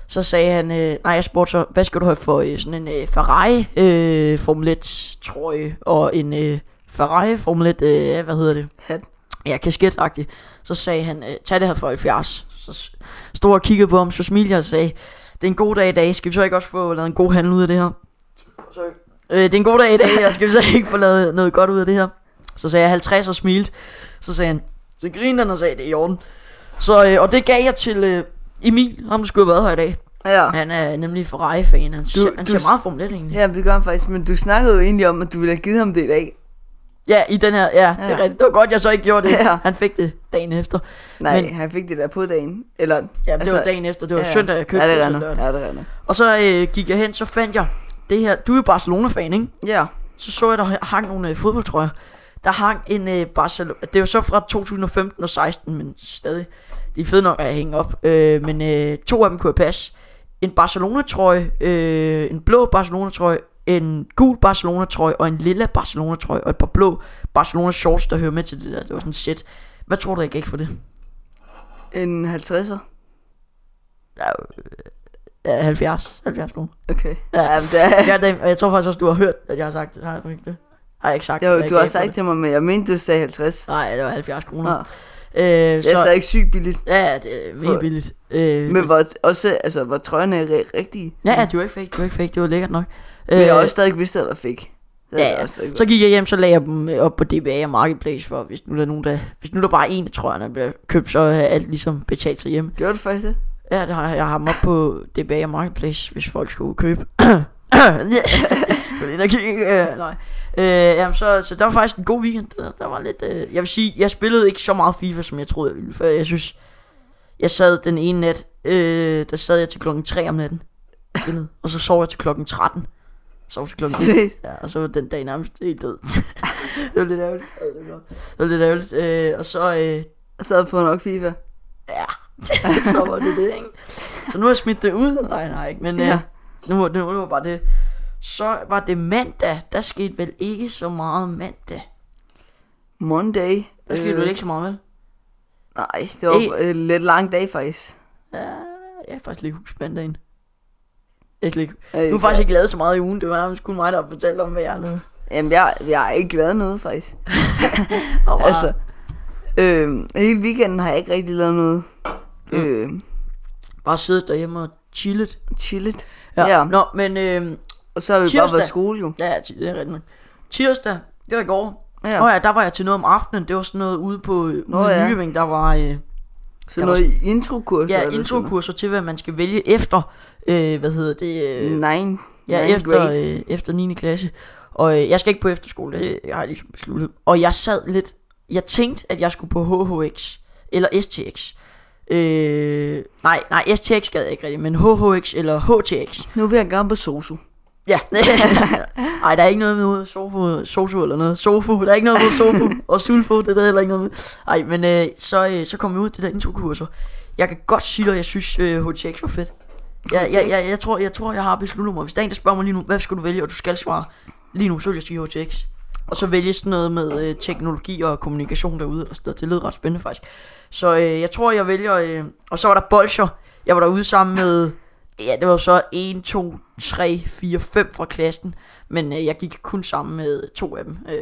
[SPEAKER 1] Så sagde han, øh, nej jeg spurgte så, hvad skal du have for øh, sådan en øh, Ferrari øh, Formel 1 trøje og en øh, Ferrari Formel 1, øh, hvad hedder det?
[SPEAKER 2] Hat.
[SPEAKER 1] ja, kasketagtig. Så sagde han, øh, tag det her for 70. Så s- stod jeg og kiggede på ham, så smilte jeg og sagde, det er en god dag i dag, skal vi så ikke også få lavet en god handel ud af det her? Så, øh, det er en god dag i dag, og skal vi så ikke få lavet noget godt ud af det her? Så sagde jeg 50 og smilte. Så sagde han, så grinede han og sagde, det er i orden. Så, øh, og det gav jeg til øh, Emil, ham der skulle have været her i dag.
[SPEAKER 2] Ja.
[SPEAKER 1] Han er nemlig Ferrari-fan, han, ser, han
[SPEAKER 2] du s-
[SPEAKER 1] ser meget Formel 1 egentlig.
[SPEAKER 2] Ja, det gør han faktisk, men du snakkede jo egentlig om, at du ville have givet ham det i dag.
[SPEAKER 1] Ja, i den her, ja, ja. det
[SPEAKER 2] Ja.
[SPEAKER 1] er rigtigt. Det var godt, jeg så ikke gjorde det.
[SPEAKER 2] Ja.
[SPEAKER 1] Han fik det dagen efter.
[SPEAKER 2] Nej, men,
[SPEAKER 1] Men-
[SPEAKER 2] han fik det der på dagen. Eller,
[SPEAKER 1] Ja, det var dagen efter, det var
[SPEAKER 2] Altså, ja, ja.
[SPEAKER 1] søndag, jeg købte
[SPEAKER 2] ja, det.
[SPEAKER 1] så
[SPEAKER 2] Render.
[SPEAKER 1] lørdag.
[SPEAKER 2] Ja, det render.
[SPEAKER 1] Og så øh, gik jeg hen, så fandt jeg det her. Du er jo Barcelona-fan, ikke?
[SPEAKER 2] Ja.
[SPEAKER 1] Så så jeg, der hang nogle øh, fodboldtrøjer. Der hang en øh, Barcelona... Det var så fra 2015 og 16, men stadig. De er fede nok at hænge op. Øh, men øh, to af dem kunne jeg passe. En Barcelona-trøje, øh, en blå Barcelona-trøje, en gul Barcelona-trøje og en lilla Barcelona-trøje og et par blå Barcelona-shorts, der hører med til det der. Det var sådan et sæt. Hvad tror du, jeg gik for det?
[SPEAKER 2] En 50'er.
[SPEAKER 1] Ja, 70. 70 kroner.
[SPEAKER 2] Okay.
[SPEAKER 1] Ja,
[SPEAKER 2] Jamen, det er-
[SPEAKER 1] ja damn, og jeg tror faktisk også, du har hørt, at jeg har sagt det. Har jeg ikke det? Har jeg ikke sagt
[SPEAKER 2] Jo,
[SPEAKER 1] at jeg
[SPEAKER 2] du har
[SPEAKER 1] gav for
[SPEAKER 2] sagt
[SPEAKER 1] det?
[SPEAKER 2] til mig, men jeg mente, du sagde 50.
[SPEAKER 1] Nej, det var 70 kroner.
[SPEAKER 2] Nå.
[SPEAKER 1] Ja. Øh,
[SPEAKER 2] Jeg
[SPEAKER 1] så,
[SPEAKER 2] sagde ikke sygt billigt.
[SPEAKER 1] ja, det er mega
[SPEAKER 2] For-
[SPEAKER 1] billigt. Øh,
[SPEAKER 2] Men hvor, også, altså, hvor trøjerne er re- rigtige.
[SPEAKER 1] ja, ja, det var ikke fake, det var ikke fake, det var lækkert nok.
[SPEAKER 2] Men jeg har også stadig vidst, at jeg var fake.
[SPEAKER 1] Øh.
[SPEAKER 2] Det havde
[SPEAKER 1] ja,
[SPEAKER 2] jeg
[SPEAKER 1] ja.
[SPEAKER 2] også stadig
[SPEAKER 1] Så gik jeg hjem, så lagde jeg dem øh, op på DBA og Marketplace, for hvis nu der er nogen, der... Hvis nu der bare er en af trøjerne, der bliver købt, så er alt ligesom betalt sig hjemme.
[SPEAKER 2] vidst. Gjorde du faktisk det?
[SPEAKER 1] Ja, det har jeg. Jeg har ham op på DBA og Marketplace, hvis folk skulle købe. Vil ind og kigge. Øh, nej. Øh, jamen, så, så der var faktisk en god weekend. Der, der var lidt... Øh, jeg vil sige, jeg spillede ikke så meget FIFA, som jeg troede, jeg ville. For jeg synes, jeg sad den ene nat, øh, der sad jeg til klokken 3 om natten. Spillede, og så sov jeg til klokken 13. Sov til klokken 1.
[SPEAKER 2] Seriøst?
[SPEAKER 1] Ja, og så var den dag nærmest helt død. det var lidt ærgerligt. Ja, det var- Det var lidt ærgerligt. Øh, og så... Øh,
[SPEAKER 2] Og så havde jeg fået nok FIFA.
[SPEAKER 1] Ja, så var det det, ikke? Så nu har jeg smidt det ud. Nej, nej, ikke. Men ja.
[SPEAKER 2] Ja.
[SPEAKER 1] øh, nu, var- nu, nu var bare det. Så var det mandag. Der skete vel ikke så meget mandag.
[SPEAKER 2] Monday.
[SPEAKER 1] Der skete øh. vel ikke så meget, vel?
[SPEAKER 2] Nej, det var
[SPEAKER 1] Ikke-
[SPEAKER 2] en lidt lang dag faktisk.
[SPEAKER 1] Ja, jeg har faktisk lige husket mandagen. Jeg er slet ikke.
[SPEAKER 2] Øh,
[SPEAKER 1] Nu har faktisk ikke lavet så meget i ugen. Det var nærmest kun mig, der fortalte om, hvad jeg lavede.
[SPEAKER 2] Jamen, jeg, jeg har ikke lavet noget faktisk.
[SPEAKER 1] Og var,
[SPEAKER 2] Altså, øh, hele weekenden har jeg ikke rigtig lavet noget. Mm. Øh,
[SPEAKER 1] bare siddet derhjemme og chillet.
[SPEAKER 2] chillet.
[SPEAKER 1] Ja.
[SPEAKER 2] Ja.
[SPEAKER 1] ja.
[SPEAKER 2] ja.
[SPEAKER 1] Nå, men øh,
[SPEAKER 2] Og så har vi bare
[SPEAKER 1] Tirsdag.
[SPEAKER 2] været i skole jo.
[SPEAKER 1] Ja, ti- det er rigtigt. nok. Tirsdag, det var i går. Ja.
[SPEAKER 2] Ja.
[SPEAKER 1] Nå ja, der var jeg til noget om aftenen. Det var sådan noget ude på øh,
[SPEAKER 2] Nå
[SPEAKER 1] ude i
[SPEAKER 2] ja.
[SPEAKER 1] Nykøbing, der var øh,
[SPEAKER 2] Så
[SPEAKER 1] Der var
[SPEAKER 2] noget også... introkurser.
[SPEAKER 1] ja,
[SPEAKER 2] eller sådan noget.
[SPEAKER 1] introkurser til, hvad man skal vælge efter, øh, hvad hedder det, øh,
[SPEAKER 2] Nine.
[SPEAKER 1] ja,
[SPEAKER 2] nine
[SPEAKER 1] efter,
[SPEAKER 2] grade.
[SPEAKER 1] øh, efter 9. klasse. Og øh, jeg skal ikke på efterskole, det jeg har jeg ligesom besluttet. Og jeg sad lidt, jeg tænkte, at jeg skulle på HHX, eller STX. Øh, nej, nej, STX gad jeg ikke rigtigt, men HHX eller HTX.
[SPEAKER 2] Nu vil jeg gerne på SOSU.
[SPEAKER 1] Ja. Ej, der er ikke noget med sofu, sosu eller noget. Sofu, der er ikke noget med sofu. og sulfo, det er der heller ikke noget med. Ej, men øh, så, øh, så kom vi ud til de der introkurser. Jeg kan godt sige dig, at jeg synes, øh, HTX var fedt. Jeg, jeg, jeg, jeg, tror, jeg tror, jeg har besluttet mig. Hvis der er en, der spørger mig lige nu, hvad skal du vælge, og du skal svare lige nu, så vil jeg sige HTX. Og så vælge sådan noget med øh, teknologi og kommunikation derude, eller sådan noget. Det lød ret spændende faktisk. Så øh, jeg tror, jeg vælger... Øh, og så var der bolcher. Jeg var derude sammen med... Ja, det var så 1, 2, 3, 4, 5 fra klassen. Men øh, jeg gik kun sammen med to af dem. Øh,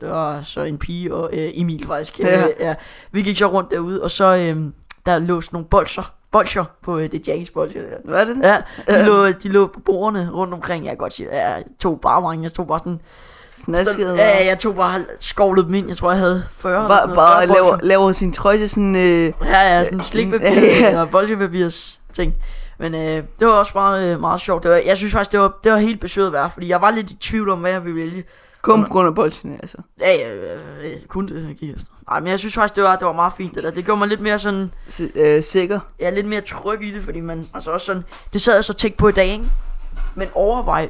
[SPEAKER 1] det var så en pige og øh, Emil faktisk. Ja.
[SPEAKER 2] Ja.
[SPEAKER 1] Øh, ja. Vi gik så rundt derude, og så øh, der lå sådan nogle bolcher. Bolcher på øh, det James bolcher der.
[SPEAKER 2] Hvad er det?
[SPEAKER 1] Ja, de lå, de lå på bordene rundt omkring. Jeg kan godt sige, ja, jeg tog bare mange. Jeg tog bare sådan...
[SPEAKER 2] Snasket.
[SPEAKER 1] Ja, ja, jeg tog bare skovlet dem ind. Jeg tror, jeg havde 40. eller sådan
[SPEAKER 2] Bare,
[SPEAKER 1] noget.
[SPEAKER 2] bare
[SPEAKER 1] 40
[SPEAKER 2] laver,
[SPEAKER 1] bolcher.
[SPEAKER 2] laver sin trøje til sådan... Øh,
[SPEAKER 1] Ja, ja, sådan en slikpapir
[SPEAKER 2] Ja.
[SPEAKER 1] eller bolsjepapirs ting. Men øh, det var også meget, øh, meget sjovt. Det var, jeg synes faktisk, det var, det var helt besøget værd, fordi jeg var lidt i tvivl om, hvad jeg ville vælge.
[SPEAKER 2] Kom på grund af bolden, altså.
[SPEAKER 1] Ja, jeg, øh, jeg kunne det give efter. Nej, men jeg synes faktisk, det var, det var meget fint. Det, der. det gjorde mig lidt mere sådan,
[SPEAKER 2] S- øh, sikker.
[SPEAKER 1] ja, lidt mere tryg i det, fordi man, altså også sådan, det sad jeg så tænkt på i dag, ikke? Men overvej,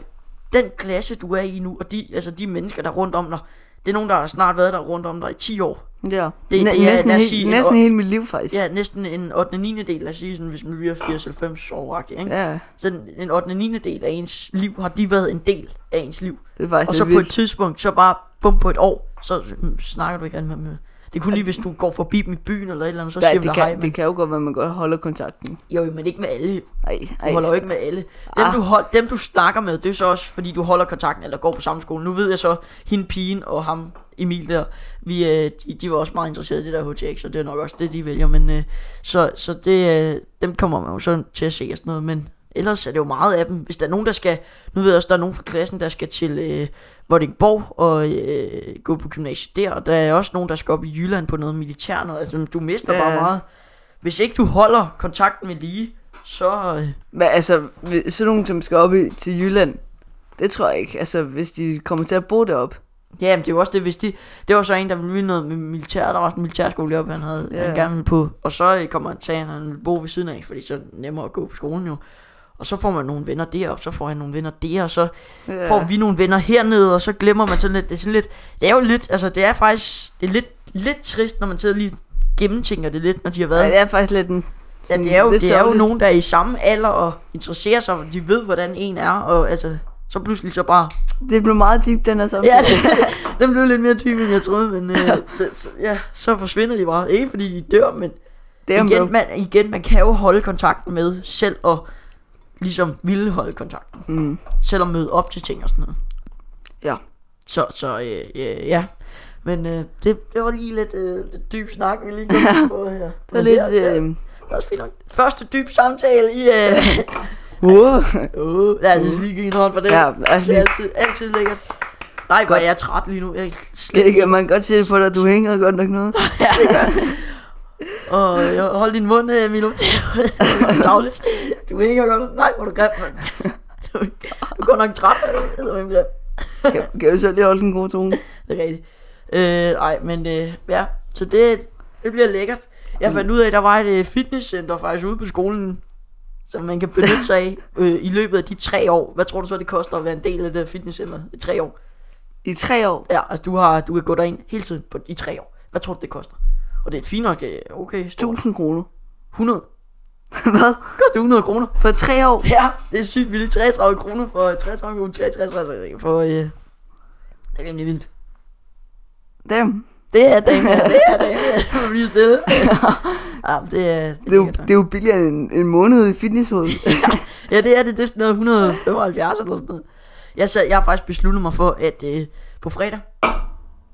[SPEAKER 1] den klasse, du er i nu, og de, altså de mennesker, der er rundt om dig, det er nogen, der har snart været der rundt om dig i 10 år.
[SPEAKER 2] Ja.
[SPEAKER 1] det er-
[SPEAKER 2] Næ- næsten
[SPEAKER 1] lad os
[SPEAKER 2] he-
[SPEAKER 1] sige en
[SPEAKER 2] næsten
[SPEAKER 1] år-
[SPEAKER 2] hele mit liv, faktisk.
[SPEAKER 1] Ja, næsten en 8. 9. del, lad os sige, sådan, hvis man bliver 80-90 år, ikke?
[SPEAKER 2] ja.
[SPEAKER 1] Så en- en 8. og 9. del af ens liv har de været en del af ens liv.
[SPEAKER 2] Altså, Det er faktisk
[SPEAKER 1] Og så
[SPEAKER 2] lidt
[SPEAKER 1] på et
[SPEAKER 2] vildt.
[SPEAKER 1] tidspunkt, så bare bum på et år, så mm, snakker du ikke andet med dem. Det er kun lige, hvis du går forbi dem i byen eller et eller andet, så
[SPEAKER 2] Ja,
[SPEAKER 1] siger du
[SPEAKER 2] det,
[SPEAKER 1] hej.
[SPEAKER 2] kan,
[SPEAKER 1] Men,
[SPEAKER 2] det kan jo godt være, at man godt holder kontakten.
[SPEAKER 1] jo, men ikke med alle. jo.
[SPEAKER 2] Ej,
[SPEAKER 1] Du
[SPEAKER 2] ej.
[SPEAKER 1] holder jo ikke med alle. Dem
[SPEAKER 2] Ah.
[SPEAKER 1] du, hold, dem, du snakker med, det er så også, fordi du holder kontakten eller går på samme skole. Nu ved jeg så, hende pigen og ham, Emil der, vi, øh, de, de var også meget interesserede i det der HTX, og det er nok også det, de vælger. Men, øh, så så det, øh, dem kommer man jo så til at se og sådan noget, men ellers er det jo meget af dem. Hvis der er nogen, der skal, nu ved jeg også, der er nogen fra klassen, der skal til øh, Vordingborg og øh, gå på gymnasiet der, og der er også nogen, der skal op i Jylland på noget militær, noget, altså du mister
[SPEAKER 2] Ja.
[SPEAKER 1] bare meget. Hvis ikke du holder kontakten med lige, så... Øh,
[SPEAKER 2] Men altså, hvis- sådan nogen, som skal op i, til Jylland, det tror jeg ikke. Altså, hvis de kommer til at bo derop.
[SPEAKER 1] Ja, men det er jo også det, hvis de... Det var så en, der ville vide noget med militær. Der var sådan en militærskole op, han havde yeah.
[SPEAKER 2] Ja.
[SPEAKER 1] han gerne ville på. Og så øh, kommer han til, at han vil bo ved siden af, fordi så er det nemmere at gå på skolen jo. Og så får man nogle venner derop, så får han nogle venner der, og så
[SPEAKER 2] Ja.
[SPEAKER 1] får vi nogle venner hernede, og så glemmer man sådan lidt. Det er sådan lidt... Det er jo lidt... Altså, det er faktisk... Det er lidt, lidt trist, når man sidder og lige gennemtænker det lidt, når de har været...
[SPEAKER 2] Ej, det er faktisk lidt en...
[SPEAKER 1] Ja,
[SPEAKER 2] sådan
[SPEAKER 1] det er jo,
[SPEAKER 2] lidt
[SPEAKER 1] det er jo
[SPEAKER 2] sørgeligt.
[SPEAKER 1] nogen, der er i samme alder og interesserer sig, og de ved, hvordan en er, og altså, så pludselig så bare,
[SPEAKER 2] Det blev meget dybt, den her samtale.
[SPEAKER 1] Ja, det, den blev lidt mere dyb, end jeg troede, men øh, så, så, ja, så forsvinder de bare. Ikke fordi de dør, men
[SPEAKER 2] det er
[SPEAKER 1] igen man, igen, man kan jo holde kontakten med selv og ligesom ville holde kontakten.
[SPEAKER 2] Mm.
[SPEAKER 1] Selvom møde op til ting og sådan noget.
[SPEAKER 2] Ja.
[SPEAKER 1] Så, så øh, øh, ja. Men øh, det, det var lige lidt, øh, lidt dyb snak, vi lige kom på her.
[SPEAKER 2] Det er lidt...
[SPEAKER 1] Ja,
[SPEAKER 2] Øh,
[SPEAKER 1] det er også fint nok. Første dyb samtale i... Øh,
[SPEAKER 2] uh.
[SPEAKER 1] uh, lad os lige give en hånd for det.
[SPEAKER 2] Ja, altså
[SPEAKER 1] det er
[SPEAKER 2] lige...
[SPEAKER 1] altid, altid lækkert. Nej, hvor er jeg træt lige nu. Jeg er slet
[SPEAKER 2] Det kan man godt se det på dig, du hænger godt nok noget.
[SPEAKER 1] Og jeg- hold din mund, øh, Milo. Det er jo dagligt. Du er ikke godt. Nej, hvor er du grim, mand. Du, du går nok træt. Det er grim.
[SPEAKER 2] Kan, kan jo selv lige holde den gode tone.
[SPEAKER 1] Det er rigtigt. Øh, nej, men øh, ja. Så det, det bliver lækkert. Jeg fandt ud af, at der var et øh, fitnesscenter faktisk ude på skolen, som man kan benytte sig af øh, i løbet af de tre år. Hvad tror du så, det koster at være en del af det her fitnesscenter i tre år?
[SPEAKER 2] I tre år.
[SPEAKER 1] Ja, altså du, har, du kan gå derind hele tiden på, i tre år. Hvad tror du, det koster? Og det er et fint nok, øh, okay, stort.
[SPEAKER 2] 1000 kroner.
[SPEAKER 1] 100.
[SPEAKER 2] Hvad?
[SPEAKER 1] Koster 100 kroner.
[SPEAKER 2] For tre år?
[SPEAKER 1] Ja, det er sygt vildt. 33 kroner for 33 kroner, 63 for... Øh, det er rimelig vildt.
[SPEAKER 2] Damn.
[SPEAKER 1] Det er det, det er det. Jeg må blive stille. ja, men det er...
[SPEAKER 2] Det er, jo,
[SPEAKER 1] lækkert nok.
[SPEAKER 2] det er jo billigere end en måned i fitnesshovedet.
[SPEAKER 1] Ja, det er det. Det er sådan noget 175 eller sådan noget. Jeg, så, jeg har faktisk besluttet mig for, at øh, på fredag,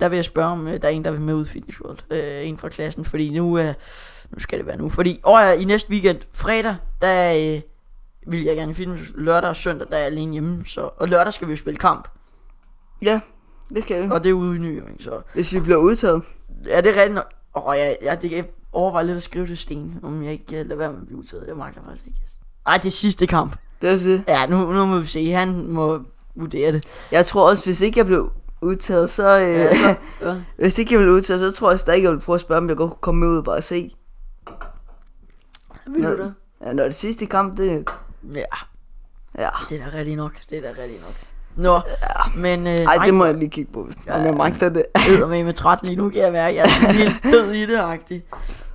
[SPEAKER 1] der vil jeg spørge, om øh, der er en, der vil med ud i Fitness World. Øh, en fra klassen, fordi nu, øh, nu skal det være nu. Fordi og, ja, i næste weekend, fredag, der øh, vil jeg gerne i Fitness Lørdag og søndag, der er jeg alene hjemme. Så, og lørdag skal vi jo spille kamp,
[SPEAKER 2] ja, det skal vi.
[SPEAKER 1] og det er ude i Nyhavn. Så
[SPEAKER 2] Hvis vi bliver udtaget.
[SPEAKER 1] ja, det er rigtigt nok. Åh, ja, ja, det kan jeg overveje lidt at skrive til Sten, om jeg ikke øh, lader være med at blive udtaget. Jeg magter faktisk ikke. Ej, det er sidste kamp.
[SPEAKER 2] Det vil sige.
[SPEAKER 1] Ja, nu, nu må vi se. Han må vurdere det.
[SPEAKER 2] Jeg tror også, hvis ikke jeg blev udtaget, så... Øh,
[SPEAKER 1] Ja, så- ja.
[SPEAKER 2] hvis ikke jeg blev udtaget, så tror jeg stadig, jeg ville prøve at spørge, om jeg godt kunne komme med ud og bare se.
[SPEAKER 1] Vil
[SPEAKER 2] Nå. Ja, når det sidste kamp, det...
[SPEAKER 1] Ja,
[SPEAKER 2] Ja.
[SPEAKER 1] det er da rigtigt nok. Det er da rigtigt nok. Nå, men... Øh,
[SPEAKER 2] Ej, det må jeg lige kigge på, hvis om jeg magter det.
[SPEAKER 1] jeg med med træt lige nu, kan jeg være. Jeg er sådan helt død i det, agtig.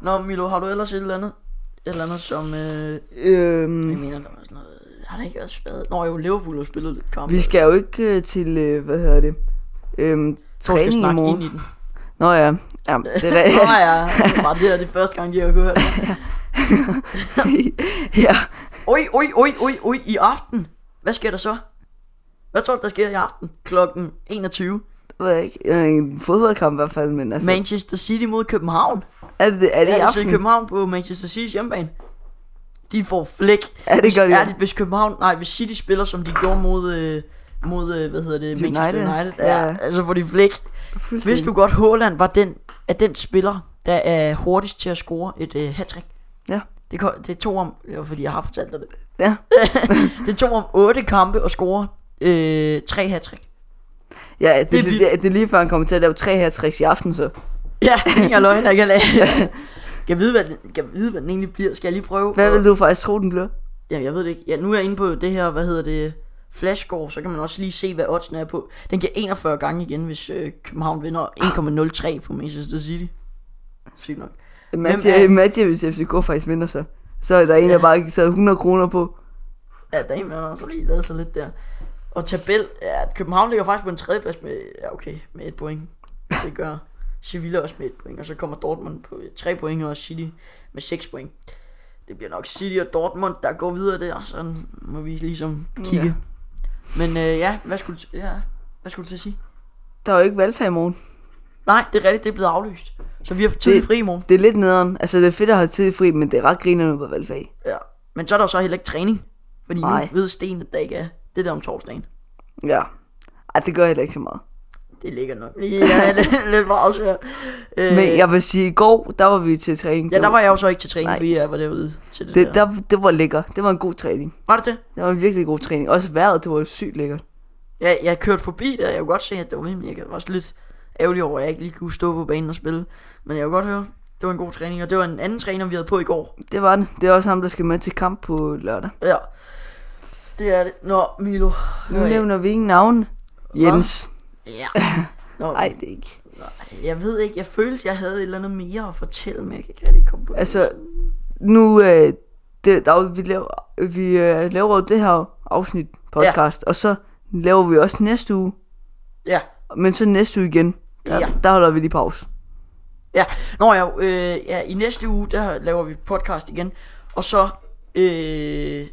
[SPEAKER 1] Nå, Milo, har du ellers et eller andet? Et eller andet, som... Øh, jeg
[SPEAKER 2] øhm,
[SPEAKER 1] mener, der var sådan noget... Har det ikke været svært? Nå, jo, Liverpool har spillet lidt kamp.
[SPEAKER 2] vi skal jo ikke øh, til, øh, hvad hedder det, øhm,
[SPEAKER 1] Tror, vi skal
[SPEAKER 2] træning i
[SPEAKER 1] snakke
[SPEAKER 2] morgen.
[SPEAKER 1] ind i den.
[SPEAKER 2] Nå ja, ja det er
[SPEAKER 1] Nå
[SPEAKER 2] rigtigt.
[SPEAKER 1] ja, det er bare det her, det er første gang, jeg har hørt. det.
[SPEAKER 2] ja.
[SPEAKER 1] Oj, oj, oj, oj, oj, i aften. Hvad sker der så? Hvad tror du, der sker i aften? Klokken 21.
[SPEAKER 2] Jeg ved jeg ikke. Øh, En fodboldkamp i hvert fald, men altså... Men,
[SPEAKER 1] Manchester City mod København.
[SPEAKER 2] er det, er det
[SPEAKER 1] Ja,
[SPEAKER 2] i
[SPEAKER 1] altså i
[SPEAKER 2] aften?
[SPEAKER 1] København på Manchester City's hjemmebane. De får flæk.
[SPEAKER 2] Ja, det
[SPEAKER 1] Hvis-
[SPEAKER 2] gør de.
[SPEAKER 1] Er det, hvis København, nej, hvis City spiller, som de gjorde mod, øh, mod øh, hvad hedder det, United. Manchester
[SPEAKER 2] United.
[SPEAKER 1] United. Ja,
[SPEAKER 2] Ja.
[SPEAKER 1] ja. altså får de flæk.
[SPEAKER 2] Fuldstændig.
[SPEAKER 1] Vidste du godt, Haaland var den, er den spiller, der er hurtigst til at score et øh, hattrick.
[SPEAKER 2] Ja.
[SPEAKER 1] Det, ko- det tog om, det var fordi jeg har fortalt dig det.
[SPEAKER 2] Ja.
[SPEAKER 1] Det tog om 8 kampe at score øh, 3 hattrick.
[SPEAKER 2] Ja,
[SPEAKER 1] Det
[SPEAKER 2] det, det,
[SPEAKER 1] er
[SPEAKER 2] det,
[SPEAKER 1] vildt.
[SPEAKER 2] det, det, er lige før han kommer til at lave tre her tricks i aften, så.
[SPEAKER 1] Ja, ingen løgn, jeg kan lade. Kan vide, hvad den, kan vide, hvad den egentlig bliver. Skal jeg lige prøve?
[SPEAKER 2] Hvad
[SPEAKER 1] at-
[SPEAKER 2] vil du faktisk tro, den bliver?
[SPEAKER 1] Jamen, jeg ved det ikke. Ja, nu er jeg inde på det her, hvad hedder det, flashscore, så kan man også lige se, hvad oddsene er på. Den giver 41 gange igen, hvis øh, København vinder 1,03 på Manchester City. Sygt nok.
[SPEAKER 2] Imagine,
[SPEAKER 1] er-
[SPEAKER 2] imagine hvis FCK faktisk vinder, så. Så er der en, der bare har taget 100 kroner på.
[SPEAKER 1] Ja, der er en, man har også lige lavet sig lidt der. Og tabel, ja, København ligger faktisk på en tredjeplads med, ja okay, med et point. Det gør Sevilla også med et point, og så kommer Dortmund på tre point, og City med seks point. Det bliver nok City og Dortmund, der går videre der, så må vi ligesom kigge.
[SPEAKER 2] Ja.
[SPEAKER 1] Ja. Men øh, ja, hvad skulle, du, ja, hvad skulle du til at sige?
[SPEAKER 2] Der er jo ikke valgfag i morgen.
[SPEAKER 1] Nej, det er rigtigt, det er blevet aflyst. Så vi har tidlig
[SPEAKER 2] Det-
[SPEAKER 1] fri i morgen.
[SPEAKER 2] Det er lidt nederen. Altså, det er fedt at have tid fri, men det er ret grinerende på valgfag.
[SPEAKER 1] Ja. Men så er der jo så heller ikke træning. Fordi
[SPEAKER 2] Nej.
[SPEAKER 1] nu ved Sten, at der ikke er det der om torsdagen.
[SPEAKER 2] Ja. Ej, det gør heller ikke så meget.
[SPEAKER 1] Det ligger nok. Ja, lidt, lidt meget så. Øh,
[SPEAKER 2] Men jeg vil sige, i går, der var vi til træning.
[SPEAKER 1] Ja, der var jeg jo så ikke til træning,
[SPEAKER 2] Nej.
[SPEAKER 1] Nej. fordi jeg var derude til det,
[SPEAKER 2] det,
[SPEAKER 1] der.
[SPEAKER 2] der, det var lækker. Det var en god træning.
[SPEAKER 1] Var det det?
[SPEAKER 2] Det var en virkelig god træning. Også vejret, det var jo sygt lækkert.
[SPEAKER 1] Ja, jeg kørte forbi der, jeg kunne godt se, at det var rimelig. Jeg var også lidt ærgerlig over, at jeg ikke lige kunne stå på banen og spille. Men jeg kunne godt høre, det var en god træning, og det var en anden træner, vi havde på i går.
[SPEAKER 2] Det var det. Det er også ham, der skal med til kamp på lørdag.
[SPEAKER 1] Ja. Det er det. Nå, Milo.
[SPEAKER 2] Nu
[SPEAKER 1] hør her.
[SPEAKER 2] nævner vi ingen navn. Jens.
[SPEAKER 1] Ja. Nå,
[SPEAKER 2] Nej, det er ikke.
[SPEAKER 1] Jeg ved ikke, jeg følte, jeg havde et eller andet mere at fortælle, men jeg kan ikke rigtig komme på det.
[SPEAKER 2] Altså, nu, øh, det, der, er jo- vi laver, vi øh, laver jo det her afsnit podcast, ja. og så laver vi også næste uge,
[SPEAKER 1] Ja,
[SPEAKER 2] men så næste uge igen, der, ja.
[SPEAKER 1] Ja.
[SPEAKER 2] der holder vi lige pause.
[SPEAKER 1] ja. Nå ja, øh, ja, i næste uge, der laver vi podcast igen, og så, øh,